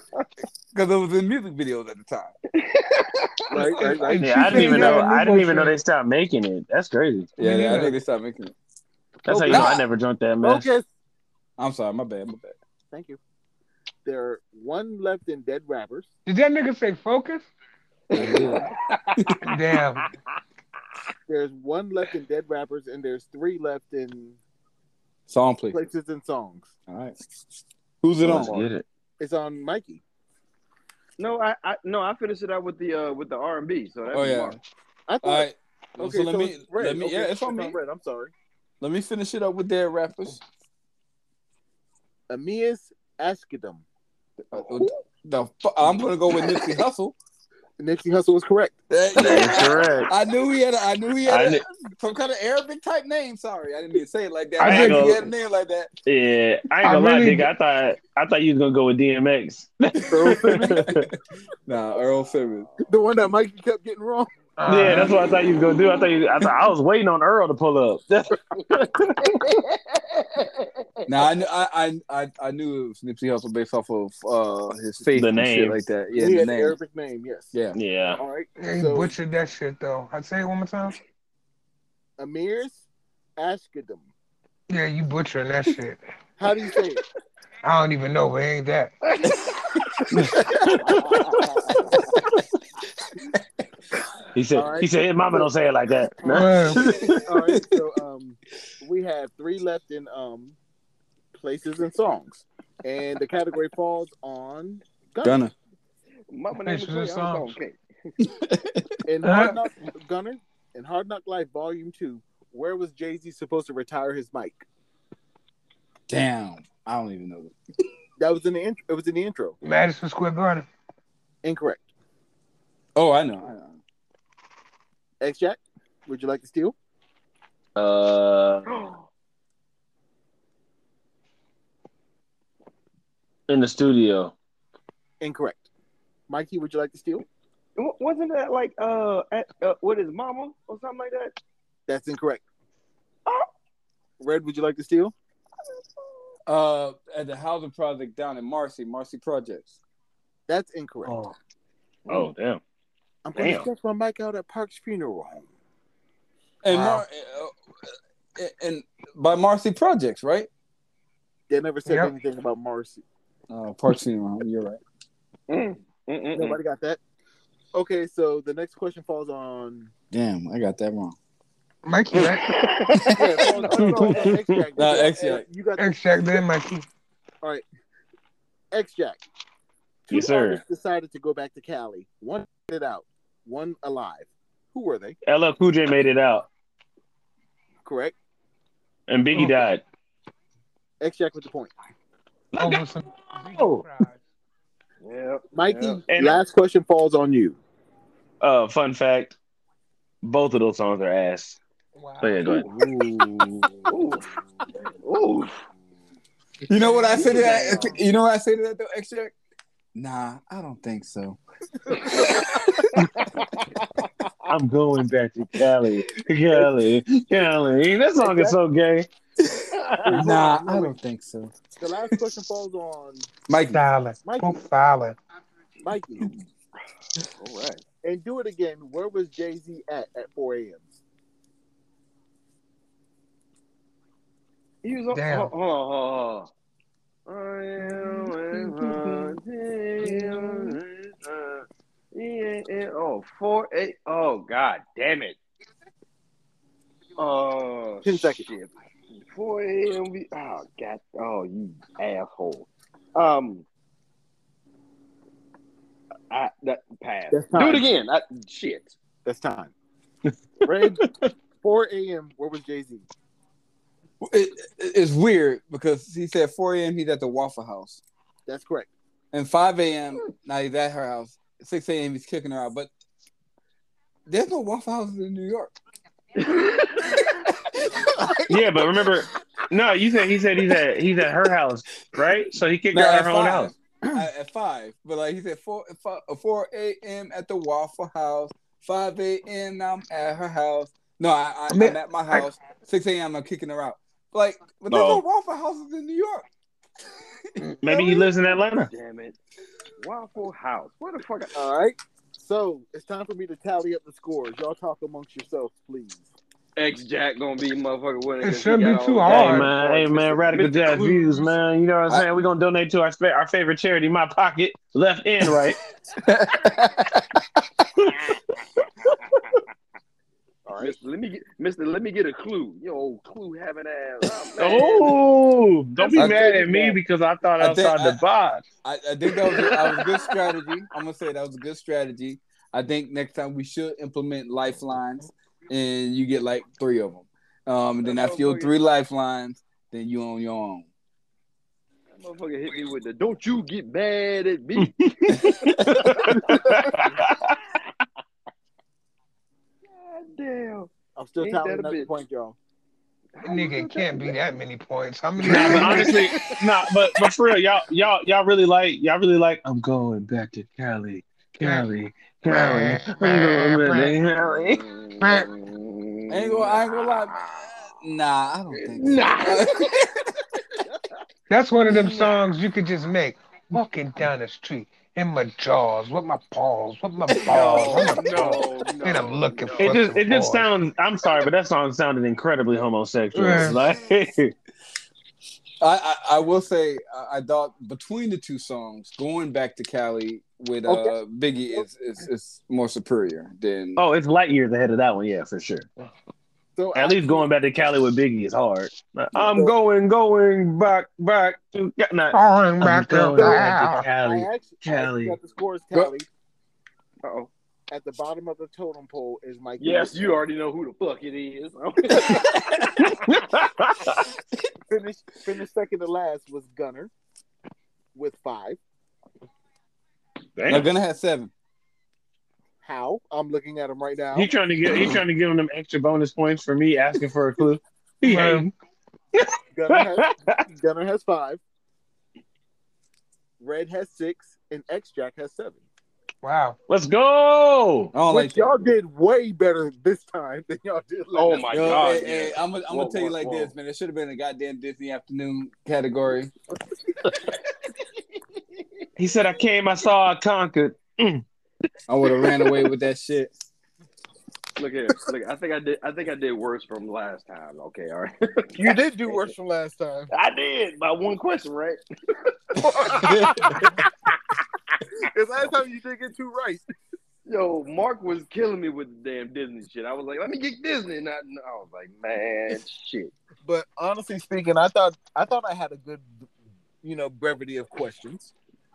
Speaker 2: it was in music videos at the time.
Speaker 4: right, right, right.
Speaker 1: Hey,
Speaker 6: Yeah, I didn't
Speaker 1: she
Speaker 6: even
Speaker 1: said
Speaker 6: know.
Speaker 1: that
Speaker 6: I didn't
Speaker 1: Nouveau
Speaker 6: even know
Speaker 1: shit.
Speaker 6: they stopped making it. That's crazy.
Speaker 2: Yeah,
Speaker 1: Yeah.
Speaker 2: I think they stopped making it.
Speaker 6: That's how you know I never drunk that mess.
Speaker 4: Focus.
Speaker 2: I'm sorry, my bad, my bad.
Speaker 4: Thank you. There are one left in Dead Rappers.
Speaker 1: Did that nigga say focus? Damn.
Speaker 4: There's one left in Dead Rappers, and there's three left in
Speaker 2: Song, please.
Speaker 4: Places and Songs.
Speaker 2: All right. Who's it
Speaker 6: Let's
Speaker 2: on?
Speaker 6: get it.
Speaker 4: It's on Mikey.
Speaker 5: No, I, I no, I finished it out with the uh with the R and B. So that's
Speaker 2: Oh yeah.
Speaker 5: Mark.
Speaker 4: I thought.
Speaker 2: All right.
Speaker 4: Okay,
Speaker 2: so let me
Speaker 4: it's red.
Speaker 2: let me
Speaker 4: Okay,
Speaker 2: yeah, it's on me.
Speaker 4: Red. I'm sorry.
Speaker 2: Let me finish it up with their rappers.
Speaker 4: Aeneas Askidum. Oh,
Speaker 2: Uh, the fu- I'm gonna go with Nipsey Hussle.
Speaker 4: Nipsey Hussle was correct.
Speaker 2: Uh,
Speaker 6: That's
Speaker 2: yeah.
Speaker 6: correct.
Speaker 2: I knew he had a, I knew he had
Speaker 6: I
Speaker 2: a,
Speaker 6: knew-
Speaker 2: some kind of Arabic type name. Sorry, I didn't mean to say it like that.
Speaker 1: I
Speaker 2: I,
Speaker 1: think-
Speaker 2: knew he had a name like that.
Speaker 6: Yeah, I ain't
Speaker 1: I
Speaker 6: gonna lie,
Speaker 1: really-
Speaker 6: nigga. I thought I thought you was gonna go with DMX.
Speaker 2: Nah, Earl Simmons.
Speaker 4: The one that Mikey kept getting wrong.
Speaker 6: yeah, that's what I thought you was gonna do. I thought you, I thought I was waiting on Earl to pull up. That's
Speaker 2: Now I knew I, I I I knew it was Nipsey Hussle based off of uh his face
Speaker 6: The
Speaker 2: and shit
Speaker 6: name.
Speaker 2: like that. Yeah,
Speaker 4: he
Speaker 2: the
Speaker 4: had an
Speaker 2: name.
Speaker 4: Arabic name, yes.
Speaker 2: Yeah.
Speaker 6: yeah.
Speaker 4: All right.
Speaker 1: They
Speaker 4: So
Speaker 1: butchered that shit though. I say it one more time.
Speaker 4: Amir's Ashkadum.
Speaker 1: Yeah, you butchering that shit.
Speaker 4: How do you say it?
Speaker 1: I don't even know, but it ain't that.
Speaker 6: He said
Speaker 4: All right.
Speaker 6: he said his mama don't say it like that.
Speaker 1: Word.
Speaker 4: All right. So um, we have three left in um, places and songs, and the category falls on Gunner.
Speaker 2: Gunna.
Speaker 5: Mama name is
Speaker 1: This is a
Speaker 5: Leon.
Speaker 1: song.
Speaker 5: Okay.
Speaker 4: In Hard
Speaker 6: Uh-huh.
Speaker 4: Knock Gunner in Hard Knock Life Volume Two, where was Jay Z supposed to retire his mic?
Speaker 2: Damn. I don't even know.
Speaker 4: That was in the intro. It was in the intro.
Speaker 1: Madison Square Garden.
Speaker 4: Incorrect.
Speaker 2: Oh, I know. I know.
Speaker 4: X Jack, would you like to steal?
Speaker 6: Uh, in the studio.
Speaker 4: Incorrect. Mikey, would you like to steal?
Speaker 5: W- Wasn't that like uh, at, uh with his mama or something like that?
Speaker 4: That's incorrect. Red, would you like to steal?
Speaker 2: Uh, at the housing project down in Marcy, Marcy Projects.
Speaker 4: That's incorrect.
Speaker 6: Oh, oh damn.
Speaker 4: I'm going to
Speaker 6: damn.
Speaker 4: stretch my mic out at Park's funeral home.
Speaker 2: And
Speaker 6: Wow.
Speaker 2: Mar- uh, and by Marcy Projects, right?
Speaker 4: They never said
Speaker 1: Yep.
Speaker 4: anything about Marcy.
Speaker 2: Uh, Parks and Rec, You're right.
Speaker 5: Mm, mm, mm, mm.
Speaker 4: Nobody got that. Okay, so the next question falls on.
Speaker 2: Damn, I got that wrong.
Speaker 1: Mikey, right?
Speaker 4: Yeah, it falls on- no, X-Jack.
Speaker 2: Nah, X-Jack.
Speaker 4: You got
Speaker 1: X Jack, then Mikey.
Speaker 4: X Jack. Two
Speaker 6: Yes, sir.
Speaker 4: artists decided to go back to Cali. One made it out, one alive. Who were they?
Speaker 6: LL Cool J made it out,
Speaker 4: Correct.
Speaker 6: and Biggie died.
Speaker 4: X Jack with the point.
Speaker 1: Over some
Speaker 6: Oh.
Speaker 4: Mm-hmm.
Speaker 5: Yeah.
Speaker 4: Mikey,
Speaker 5: Yeah.
Speaker 6: And-
Speaker 4: last question falls on you.
Speaker 6: Uh, fun fact: both of those songs are ass.
Speaker 1: Wow.
Speaker 6: But yeah, go ahead.
Speaker 5: Ooh. Ooh. Ooh.
Speaker 2: You know what I say to that? You know what I say to that though, X Jack? Nah, I don't think so.
Speaker 6: I'm going back to Cali, Cali, Cali. That song is so gay.
Speaker 2: Nah, I don't think so.
Speaker 4: The last question falls on
Speaker 2: Mike,
Speaker 1: Silent.
Speaker 4: Mikey.
Speaker 1: Profiling.
Speaker 4: Mikey.
Speaker 5: All right.
Speaker 4: And do it again. Where was Jay Z at at 4 a.m.?
Speaker 5: He was on. oh,
Speaker 1: Damn.
Speaker 5: Hold, hold on, hold on, hold on. Yeah, yeah, oh, four, eight, oh, god damn it. Oh,
Speaker 4: 10 seconds.
Speaker 5: shit. 4 a.m. we- Oh, god. Oh, you asshole. Um, I, that pass.
Speaker 4: That's
Speaker 5: Do
Speaker 4: time.
Speaker 5: it again. I, shit.
Speaker 4: That's time. Red, 4 a.m. Where was Jay Z?
Speaker 2: it, it- it's weird because he said 4 a.m. he's at the Waffle House,
Speaker 4: That's correct.
Speaker 2: and 5 a.m. now he's at her house. 6 a.m. he's kicking her out, but there's no Waffle Houses in New York.
Speaker 6: Yeah, but remember, no, you said he said he's at he's at her house, right? So he kicked
Speaker 2: No,
Speaker 6: her out
Speaker 2: at
Speaker 6: of her own
Speaker 2: five.
Speaker 6: house.
Speaker 2: at, at five, but like he said, four fi- uh, four a.m. at the Waffle House, five a.m. now I'm at her house. No, I, I,
Speaker 1: Man,
Speaker 2: I'm at my house. Six a.m. I'm kicking her out. Like, but there's
Speaker 6: No.
Speaker 2: no Waffle Houses in New York.
Speaker 6: Maybe he lives in Atlanta.
Speaker 5: Damn it. Waffle House. Where the fuck? uh,
Speaker 4: All right. So it's time for me to tally up the scores. Y'all talk amongst yourselves, please.
Speaker 5: X Jack gonna be motherfucker winning.
Speaker 1: It
Speaker 5: 'cause he
Speaker 1: shouldn't
Speaker 5: got
Speaker 1: be too
Speaker 5: all-
Speaker 1: hard.
Speaker 6: Hey man, hey man, radical
Speaker 5: Mr.
Speaker 6: jazz
Speaker 5: Clues.
Speaker 6: views, man. You know what I'm
Speaker 2: I-
Speaker 6: saying? We're gonna donate to our spa- our favorite charity, my pocket, left and right.
Speaker 5: All right. Mister, let me get Mister. Let me get a clue. Yo, old clue having ass. Oh,
Speaker 6: Oh, don't be
Speaker 2: I
Speaker 6: mad
Speaker 5: think-
Speaker 6: at me because I thought
Speaker 2: I
Speaker 6: outside
Speaker 2: think-
Speaker 6: the box.
Speaker 2: I, I think that was, a, that was a good strategy. I'm gonna say that was a good strategy. I think next time we should implement lifelines, and you get like three of them. Um, and then after your three lifelines, then you on your own.
Speaker 5: man. That motherfucker hit me with the. Don't you get mad at me? God damn.
Speaker 4: I'm still
Speaker 5: Ain't
Speaker 4: tallying
Speaker 5: that a
Speaker 4: up the
Speaker 5: bitch?
Speaker 4: point, y'all.
Speaker 1: Nigga, it can't be that many points. How many?
Speaker 6: Nah, but honestly, nah, but but for real, y'all y'all y'all really like y'all really like. I'm going back to Cali, Cali, Cali. I'm going back to Cali.
Speaker 5: I
Speaker 2: ain't gonna- I ain't gonna lie, Nah, I don't think. So.
Speaker 1: That's one of them songs you could just make. Walking down the street in my jaws, with my paws, with my balls, Oh,
Speaker 5: No,
Speaker 1: I'm a-
Speaker 5: no, no.
Speaker 1: and I'm looking
Speaker 5: no.
Speaker 1: for
Speaker 6: It just it just
Speaker 1: Boy.
Speaker 6: sounds. I'm sorry, but that song sounded incredibly homosexual.
Speaker 1: Yeah.
Speaker 6: Like,
Speaker 2: I, I I will say I, I thought between the two songs, going back to Cali with uh,
Speaker 4: Okay.
Speaker 2: Biggie is, is is more superior than.
Speaker 6: oh, it's light years ahead of that one. Yeah, for sure.
Speaker 4: So
Speaker 6: At
Speaker 4: I-
Speaker 6: least going back to Cali with Biggie is hard. I'm going, going back, back to yeah, nah,
Speaker 1: On
Speaker 6: I'm
Speaker 1: back
Speaker 6: going back to
Speaker 1: to
Speaker 6: Cali.
Speaker 4: I actually,
Speaker 6: Cali.
Speaker 4: I got the scores
Speaker 2: Go-
Speaker 4: tallied.
Speaker 1: Oh,
Speaker 5: Uh-oh.
Speaker 4: At the bottom of the totem pole is Mikey.
Speaker 5: Yes, you already know who the fuck it is.
Speaker 4: Finished finished second to last was Gunner with five.
Speaker 6: Damn.
Speaker 2: I'm gonna have seven.
Speaker 4: How? I'm looking at him right now.
Speaker 6: He trying to get he trying to give him them extra bonus points for me asking for a clue. He hating.
Speaker 4: Gunner has, Gunner has five.
Speaker 3: Red has six, and X Jack has seven.
Speaker 1: Wow.
Speaker 6: Let's go.
Speaker 2: I don't
Speaker 3: Which
Speaker 2: like that.
Speaker 3: y'all did way better this time than y'all did last.
Speaker 5: Oh my
Speaker 2: Yo, eh,
Speaker 5: god!
Speaker 2: hey, hey, I'm, gonna- I'm
Speaker 5: Whoa,
Speaker 2: gonna tell you
Speaker 5: whoa,
Speaker 2: like
Speaker 5: whoa.
Speaker 2: this, man. It should have been a goddamn Disney afternoon category.
Speaker 6: He said, I came, I saw, I conquered.
Speaker 2: I would have ran away with that shit.
Speaker 5: Look at look. I think I did. I think I did worse from last time. Okay, all right.
Speaker 3: You did do worse from last time.
Speaker 5: I did by one question, right?
Speaker 3: Because last time you did get two right.
Speaker 5: Yo, Mark was killing me with the damn Disney shit. I was like, let me get Disney. And I, and I was like, man, shit.
Speaker 3: But honestly speaking, I thought I thought I had a good, you know, brevity of questions.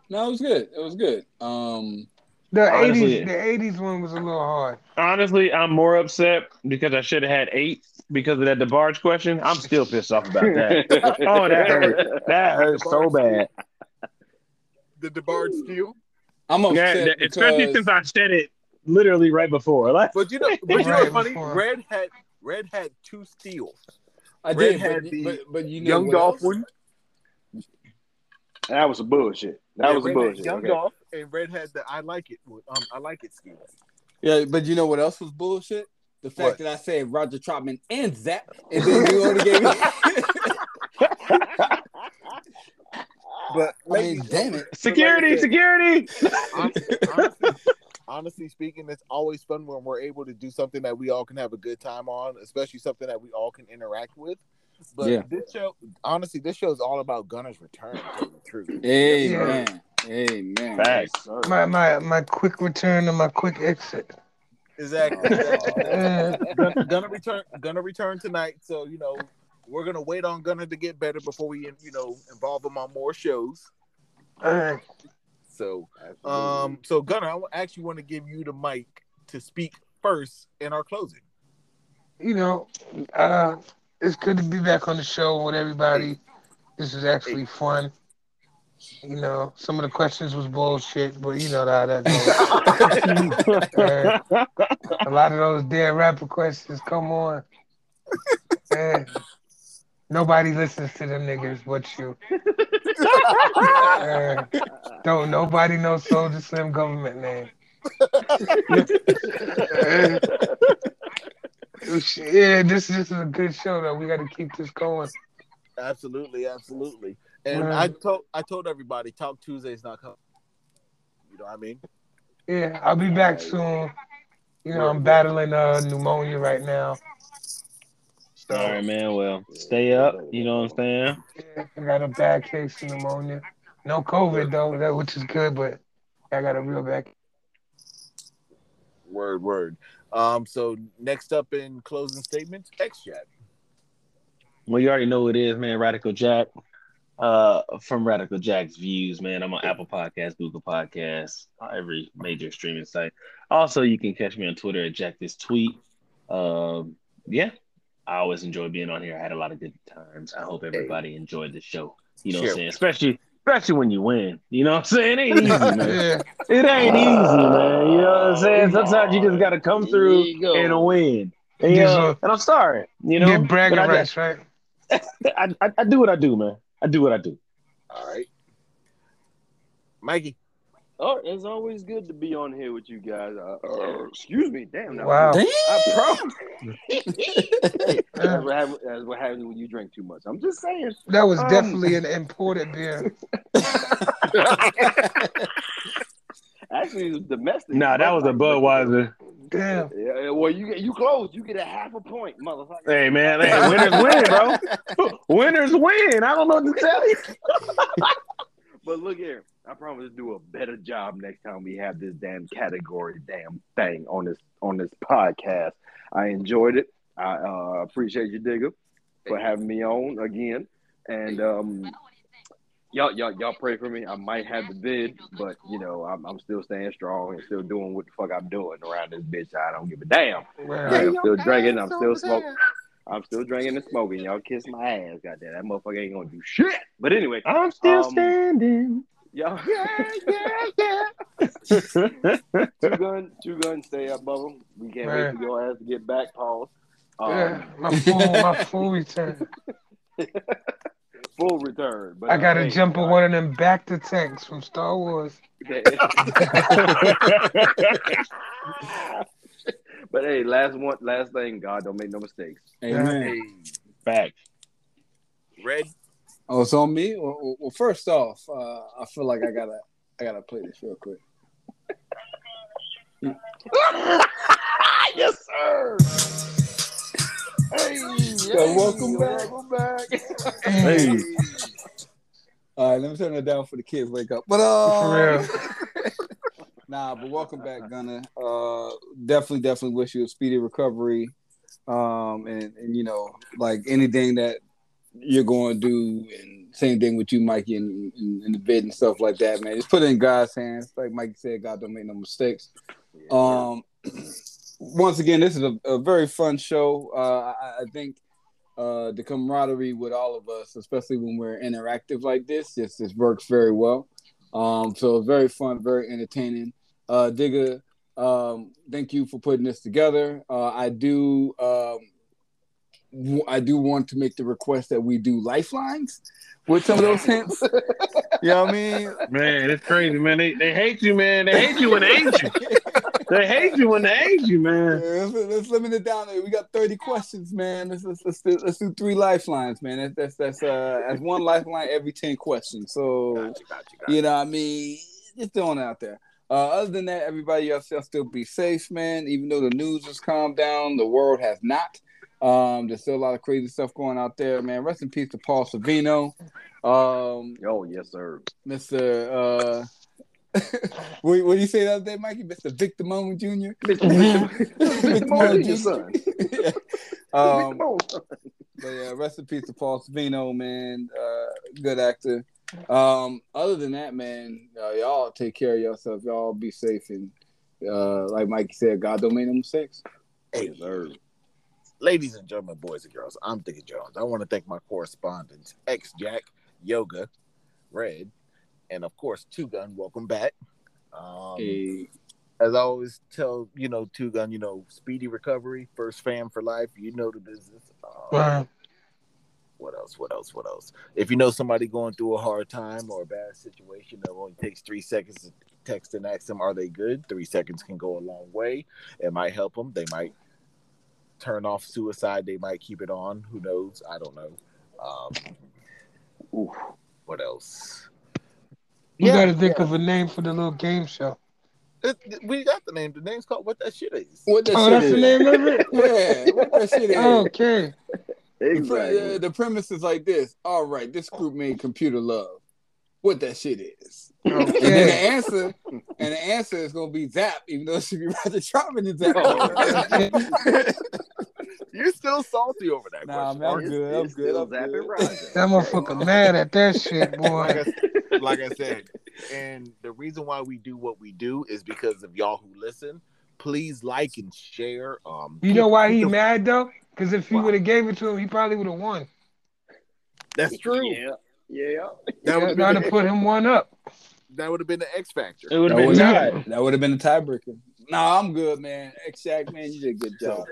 Speaker 2: No, it was good. It was good. Um,
Speaker 1: The
Speaker 6: Honestly.
Speaker 1: eighties the eighties one was a little hard.
Speaker 6: Honestly, I'm more upset because I should have had eight because of that DeBarge question. I'm still pissed off about that. Oh, that hurt. That hurt so bad.
Speaker 3: The debarred steal,
Speaker 2: I'm
Speaker 6: Yeah,
Speaker 2: upset
Speaker 6: that- especially
Speaker 2: because-
Speaker 6: since I said it literally right before. Like,
Speaker 3: but you know, but you know,
Speaker 1: Right,
Speaker 3: what's funny.
Speaker 1: before.
Speaker 3: Red had Red had two steals.
Speaker 2: I
Speaker 3: Red
Speaker 2: did,
Speaker 3: had
Speaker 2: but,
Speaker 3: the
Speaker 2: but, but you know
Speaker 3: Young
Speaker 2: what
Speaker 3: Dolph
Speaker 2: else?
Speaker 3: one.
Speaker 5: That was some bullshit. That
Speaker 3: Yeah,
Speaker 5: was some
Speaker 3: Red had
Speaker 5: bullshit.
Speaker 3: Young
Speaker 5: Okay.
Speaker 3: Dolph and Red had the I like it. one- Um, I like it steal.
Speaker 2: Yeah, but you know what else was bullshit? The fact
Speaker 3: What?
Speaker 2: that I said Roger Troutman and Zach, and then you only gave me.
Speaker 3: But
Speaker 2: I mean,
Speaker 3: ladies,
Speaker 2: damn it!
Speaker 6: security,
Speaker 3: Like I said-
Speaker 6: security.
Speaker 3: hon- honestly, honestly speaking, it's always fun when we're able to do something that we all can have a good time on, especially something that we all can interact with. But
Speaker 2: Yeah.
Speaker 3: this show, honestly, this show is all about Gunner's return. To tell you the truth.
Speaker 2: Amen. Amen.
Speaker 6: Facts.
Speaker 1: My my my quick return and my quick exit.
Speaker 3: Exactly.
Speaker 1: Uh,
Speaker 3: Gunner, Gunner return. Gunner return tonight. So you know, we're gonna wait on Gunner to get better before we, you know, involve him on more shows.
Speaker 1: uh,
Speaker 3: So, um, so Gunner, I actually want to give you the mic to speak first in our closing.
Speaker 1: you know, uh, it's good to be back on the show with everybody. This is actually fun. You know, some of the questions was bullshit, but you know how that goes. Uh, a lot of those dead rapper questions, come on. Uh, nobody listens to them niggas but you. Uh, don't nobody know Soldier Slim government name. Uh, yeah, this, this is a good show though. We got to keep this going.
Speaker 3: Absolutely, absolutely. And
Speaker 1: Right.
Speaker 3: I told I told everybody Talk Tuesday's not coming. You know what I mean?
Speaker 1: Yeah, I'll be back soon. You know, I'm battling uh, pneumonia right now. So
Speaker 6: All right, man. Well, stay up. You know what I'm saying?
Speaker 1: yeah, I got a bad case of pneumonia. No COVID though, that, which is good, but I got a real bad.
Speaker 3: Word, word. Um, so next up in closing statements, X Jack.
Speaker 6: Well, you already know who it is, man. Radical Jack. Uh, from Radical Jack's views, man. I'm on Apple Podcasts, Google Podcasts, uh, every major streaming site. Also, you can catch me on Twitter at Jack This Tweet. Um, yeah, I always enjoy being on here. I had a lot of good times. I hope everybody enjoyed the show. You know what I'm
Speaker 3: Sure.
Speaker 6: saying? Especially, especially when you win. You know what I'm saying? It ain't easy, man.
Speaker 1: Yeah,
Speaker 6: It ain't easy, man. You know what I'm saying? Sometimes you just gotta come through
Speaker 5: you go.
Speaker 6: and win. And,
Speaker 1: Yes,
Speaker 6: uh,
Speaker 1: sir.
Speaker 6: and I'm sorry, you know.
Speaker 1: get bragging
Speaker 6: but I,
Speaker 1: rights, right?
Speaker 6: I, I, I do what I do, man. I do what I do.
Speaker 3: All right. Mikey.
Speaker 5: Oh, it's always good to be on here with you guys. Uh, uh, excuse me, damn. that
Speaker 1: Wow.
Speaker 5: was-
Speaker 2: Damn.
Speaker 5: I promise. that's, what happens, that's what happens when you drink too much. I'm just saying.
Speaker 1: That was
Speaker 5: Um,
Speaker 1: definitely an imported beer.
Speaker 5: Actually, it's domestic.
Speaker 6: Nah, that was a Budweiser.
Speaker 1: Damn.
Speaker 5: Yeah, yeah, well, you get you close. You get a half a point, motherfucker.
Speaker 6: Hey, man. Hey, winners win, bro. Winners win. I don't know what to tell you.
Speaker 5: But look here, I promise to do a better job next time we have this damn category, damn thing on this on this podcast. I enjoyed it. I uh, appreciate you, Digger, for having me on again. And um, y'all, y'all, y'all pray for me. I might have the vid, but you know, I'm, I'm still staying strong and still doing what the fuck I'm doing around this bitch. I don't give a damn.
Speaker 1: Well,
Speaker 5: I'm still drinking. I'm still smoking. I'm still drinking and smoking. Y'all kiss my ass. Goddamn, that motherfucker ain't gonna do shit. But anyway,
Speaker 6: I'm still
Speaker 5: Um,
Speaker 6: standing.
Speaker 5: y'all. two gun, two gun, stay up, Bubba. We can't wait
Speaker 1: Man.
Speaker 5: for your ass to get back, Paul. Um,
Speaker 1: yeah, my full, my full return.
Speaker 5: full return. But
Speaker 1: I got
Speaker 5: hey,
Speaker 1: to jump
Speaker 6: uh,
Speaker 1: on
Speaker 5: I-
Speaker 1: one of them back to tanks from Star Wars.
Speaker 5: but hey, last one, last thing, God don't make no mistakes.
Speaker 2: Amen.
Speaker 6: Back.
Speaker 3: Red.
Speaker 2: Oh, it's on me. Well, well- well, first off, uh, I feel like I gotta, I gotta play this real quick.
Speaker 5: yes, sir. Hey,
Speaker 2: So welcome back.
Speaker 5: Welcome back.
Speaker 1: Hey,
Speaker 2: All right, let me turn it down for the kids. Wake up. But
Speaker 1: For
Speaker 2: uh,
Speaker 1: real.
Speaker 2: nah, but welcome back, Gunna. Uh, definitely, definitely wish you a speedy recovery. Um, and and you know, like anything that you're going to do, and same thing with you, Mikey, in, in, in the bed and stuff like that, man. Just put it in God's hands. Like Mikey said, God don't make no mistakes. Um, once again, this is a, a very fun show. Uh, I, I think uh, the camaraderie with all of us, especially when we're interactive like this, just this works very well. Um, so very fun, very entertaining. Uh, Digga, um, thank you for putting this together. Uh, I do, um, w- I do want to make the request that we do lifelines with some of those hints. you know what I mean?
Speaker 6: Man, it's crazy, man. They, they hate you, man. They hate you when they hate you. They hate you when they hate you, man.
Speaker 2: Yeah, let's, let's limit it down. We got thirty questions, man. Let's let's let's do, let's do three lifelines, man. That's that's that's uh that's one lifeline every ten questions. So
Speaker 3: Gotcha, gotcha, gotcha.
Speaker 2: you know, what I mean, just throwing it out there. Uh, other than that, everybody else y'all still be safe, man. Even though the news has calmed down, the world has not. Um, there's still a lot of crazy stuff going out there, man. Rest in peace to Paul Savino, um,
Speaker 5: Oh, yes, sir.
Speaker 2: Mr. Uh, what, what do you say the other day, Mikey? Mr. Victor Moan Jr.
Speaker 5: Mr. Moore, your son.
Speaker 2: Yeah. Um, but yeah, rest in peace to Paul Savino, man. Uh, good actor. Um, other than that, man, uh, y'all take care of yourself. Y'all be safe and uh, like Mikey said, God don't make no mistakes.
Speaker 3: Hey, ladies and gentlemen, boys and girls, I'm Dicky Jones. I want to thank my correspondents, X Jack, Yoga, Red, and of course, Two Gun. Welcome back. Um,
Speaker 2: Hey,
Speaker 3: As I always tell, you know, Two Gun, you know, speedy recovery, first fam for life. You know the business. Um,
Speaker 1: Wow.
Speaker 3: What else? What else? What else? If you know somebody going through a hard time or a bad situation, it only takes three seconds to text and ask them, "Are they good?" Three seconds can go a long way. It might help them. They might turn off suicide. They might keep it on. Who knows? I don't know. Um, oof, what else?
Speaker 1: You
Speaker 3: Yeah,
Speaker 1: got to think
Speaker 3: yeah.
Speaker 1: of a name for the little game show.
Speaker 3: It, we got the name. The name's called what that shit is.
Speaker 2: what that
Speaker 1: Oh,
Speaker 2: shit
Speaker 1: that's Oh.
Speaker 2: is?
Speaker 1: the name of it?
Speaker 2: Yeah, what that shit is?
Speaker 1: Okay.
Speaker 2: The pre- uh,
Speaker 5: Exactly.
Speaker 2: the premise is like this. All right, this group made computer love. What that shit is? And then the
Speaker 1: Okay.
Speaker 2: answer, and the answer is gonna be Zap, even though it should be Roger Troutman and Zap.
Speaker 3: You're still salty over that
Speaker 2: Nah,
Speaker 3: question.
Speaker 2: man, I'm
Speaker 3: aren't you?
Speaker 2: good. I'm
Speaker 5: It's
Speaker 2: good.
Speaker 5: still
Speaker 2: I'm good.
Speaker 5: Zapping Roger.
Speaker 1: That motherfucker mad at that shit,
Speaker 3: like,
Speaker 1: boy.
Speaker 3: I, like I said, and the reason why we do what we do is because of y'all who listen. Please like and share. Um,
Speaker 1: You know why he
Speaker 3: people-
Speaker 1: mad though? Because if you
Speaker 3: Why?
Speaker 1: would have gave it to him, he probably would have won.
Speaker 3: That's true.
Speaker 5: Yeah. Yeah.
Speaker 3: That would
Speaker 1: That
Speaker 3: have
Speaker 1: would
Speaker 3: been,
Speaker 1: have
Speaker 3: the-
Speaker 1: put him one up.
Speaker 3: that would have been the X factor.
Speaker 6: It would have
Speaker 2: That
Speaker 6: been
Speaker 2: was-
Speaker 6: tied.
Speaker 2: That would have been a tiebreaker. No, I'm good, man. X Shack, man, you did a good job.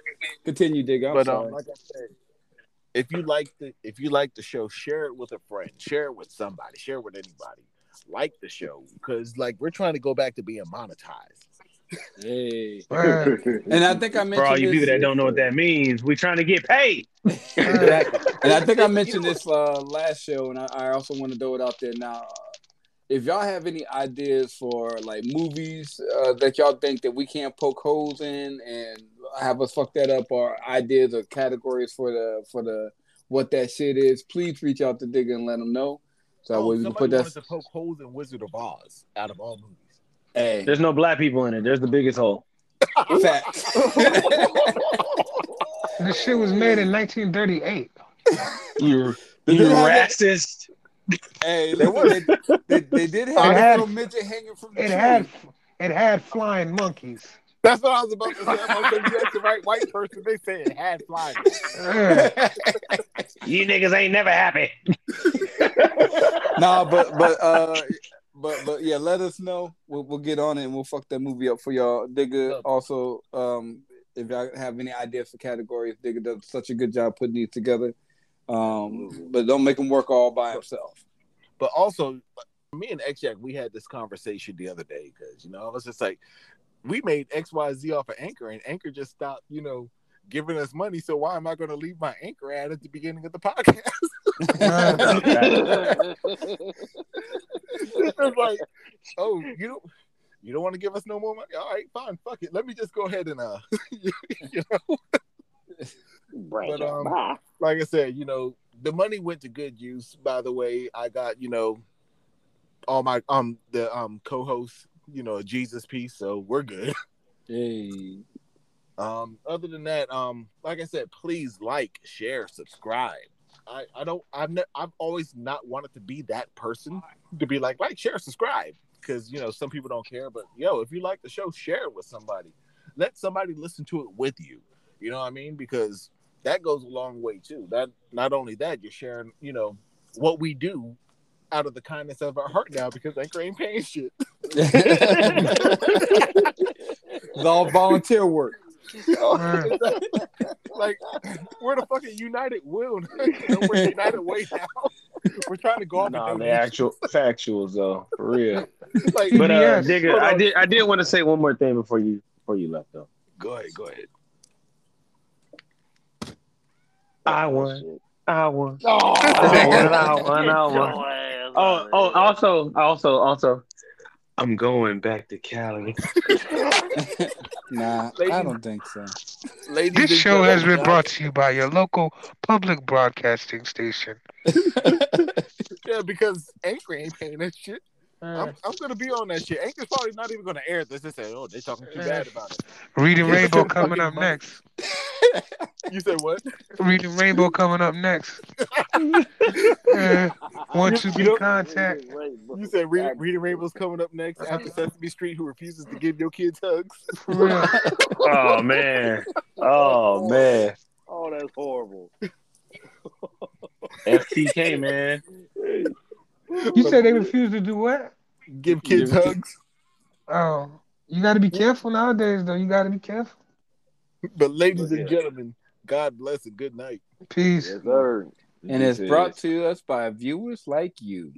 Speaker 2: Continue, Digger. I'm
Speaker 3: but
Speaker 2: sorry.
Speaker 3: um, like I said, if you like the if you like the show, share it with a friend, share it with somebody, share it with anybody. Like the show because like we're trying to go back to being monetized.
Speaker 2: hey.
Speaker 1: Man,
Speaker 2: And I think I mentioned
Speaker 6: For all you
Speaker 2: this,
Speaker 6: people that don't know what that means, we trying to get paid.
Speaker 1: man.
Speaker 2: and I think I mentioned this uh, last show, and I, I also want to throw it out there now. Uh, If y'all have any ideas for like movies uh, that y'all think that we can't poke holes in and have us fuck that up, or ideas or categories for the for the what that shit is, please reach out to Digger and let him know. So that way we
Speaker 3: Oh,
Speaker 2: can
Speaker 3: somebody
Speaker 2: put that.
Speaker 3: wanted to poke holes in Wizard of Oz out of all movies.
Speaker 2: Hey,
Speaker 6: There's no black people in it. There's the biggest hole.
Speaker 2: fact.
Speaker 1: This shit was made in 1938.
Speaker 6: You're,
Speaker 2: Did they
Speaker 6: you're
Speaker 2: have that-
Speaker 6: racist.
Speaker 2: Hey, listen, they, they, they did have
Speaker 1: It
Speaker 2: a
Speaker 1: had-
Speaker 2: little midget hanging from the
Speaker 1: It
Speaker 2: tree.
Speaker 1: had it had flying monkeys.
Speaker 3: That's what I was about to say. I'm gonna say that's the right white person. They said had flying.
Speaker 1: Yeah.
Speaker 6: You niggas ain't never happy.
Speaker 2: nah, but but uh, but but yeah, let us know. We'll, we'll get on it and we'll fuck that movie up for y'all, Digga. Also, um, if y'all have any ideas for categories, Digga does such a good job putting these together. Um, but don't make him work all by himself.
Speaker 3: But also, me and X Jack, we had this conversation the other day because you know I was just like, we made X Y Z off of Anchor, and Anchor just stopped, you know, giving us money. So why am I going to leave my Anchor ad at the beginning of the podcast? it's just like, oh, you don't. You don't want to give us no more money? All right, fine, fuck it. Let me just go ahead and uh, you know,
Speaker 5: Branch
Speaker 3: But, um,
Speaker 5: out.
Speaker 3: like I said, you know, the money went to good use. By the way, I got you know, all my um the um co-hosts, you know, a Jesus piece, so we're good.
Speaker 2: Hey,
Speaker 3: Um, other than that, um, like I said, please like, share, subscribe. I I don't I've ne- I've always not wanted to be that person to be like like share subscribe because you know some people don't care, but yo, if you like the show, share it with somebody. Let somebody listen to it with you. You know what I mean? Because that goes a long way too. That not only that, you're sharing, you know, what we do out of the kindness of our heart now because Anchor ain't paying shit.
Speaker 2: it's all volunteer work.
Speaker 1: Mm.
Speaker 3: like we're the fucking United Will. you know, we're United Way now. We're trying to go off.
Speaker 6: No,
Speaker 3: and
Speaker 6: the actual factuals though, for real.
Speaker 3: like,
Speaker 6: But uh,
Speaker 1: Yes.
Speaker 6: Digger,
Speaker 3: Hold
Speaker 6: I
Speaker 3: on.
Speaker 6: did I did want to say one more thing before you before you left though.
Speaker 3: go ahead, go ahead.
Speaker 6: I won. I won.
Speaker 5: Oh,
Speaker 6: I won. I
Speaker 5: Get your
Speaker 6: won.
Speaker 5: ass
Speaker 6: Oh,
Speaker 5: out
Speaker 6: oh,
Speaker 5: of here.
Speaker 6: also, also, also, I'm going back to Cali.
Speaker 2: Nah, I don't think so.
Speaker 3: Ladies,
Speaker 1: This
Speaker 3: and
Speaker 1: show has
Speaker 3: gentlemen,
Speaker 1: been brought to you by your local public broadcasting station.
Speaker 3: yeah, because Anchor ain't paying that shit.
Speaker 1: Uh.
Speaker 3: I'm, I'm gonna be on that shit. Anchor's probably not even gonna air this. They say, oh, they talking too bad about it.
Speaker 1: Reading
Speaker 3: Give us
Speaker 1: Rainbow
Speaker 3: your
Speaker 1: coming
Speaker 3: fucking
Speaker 1: up
Speaker 3: money.
Speaker 1: next.
Speaker 3: You said what?
Speaker 1: Reading Rainbow coming up next. Uh, one, two,
Speaker 3: You
Speaker 1: three,
Speaker 3: know-
Speaker 1: contact.
Speaker 3: You said Re- Rita Rainbow's coming up next after Sesame Street, who refuses to give your kids hugs.
Speaker 1: For real.
Speaker 6: Oh man. Oh man.
Speaker 5: Oh, that's horrible.
Speaker 6: FTK man.
Speaker 1: You said they refuse to do what?
Speaker 3: Give kids
Speaker 2: Give-
Speaker 3: hugs,
Speaker 1: Oh, you got to be careful nowadays, though. You got to be careful.
Speaker 3: but ladies
Speaker 5: Yeah.
Speaker 3: and gentlemen, God bless and good night.
Speaker 1: Peace.
Speaker 5: Yes, sir.
Speaker 2: And it's brought to us by viewers like you.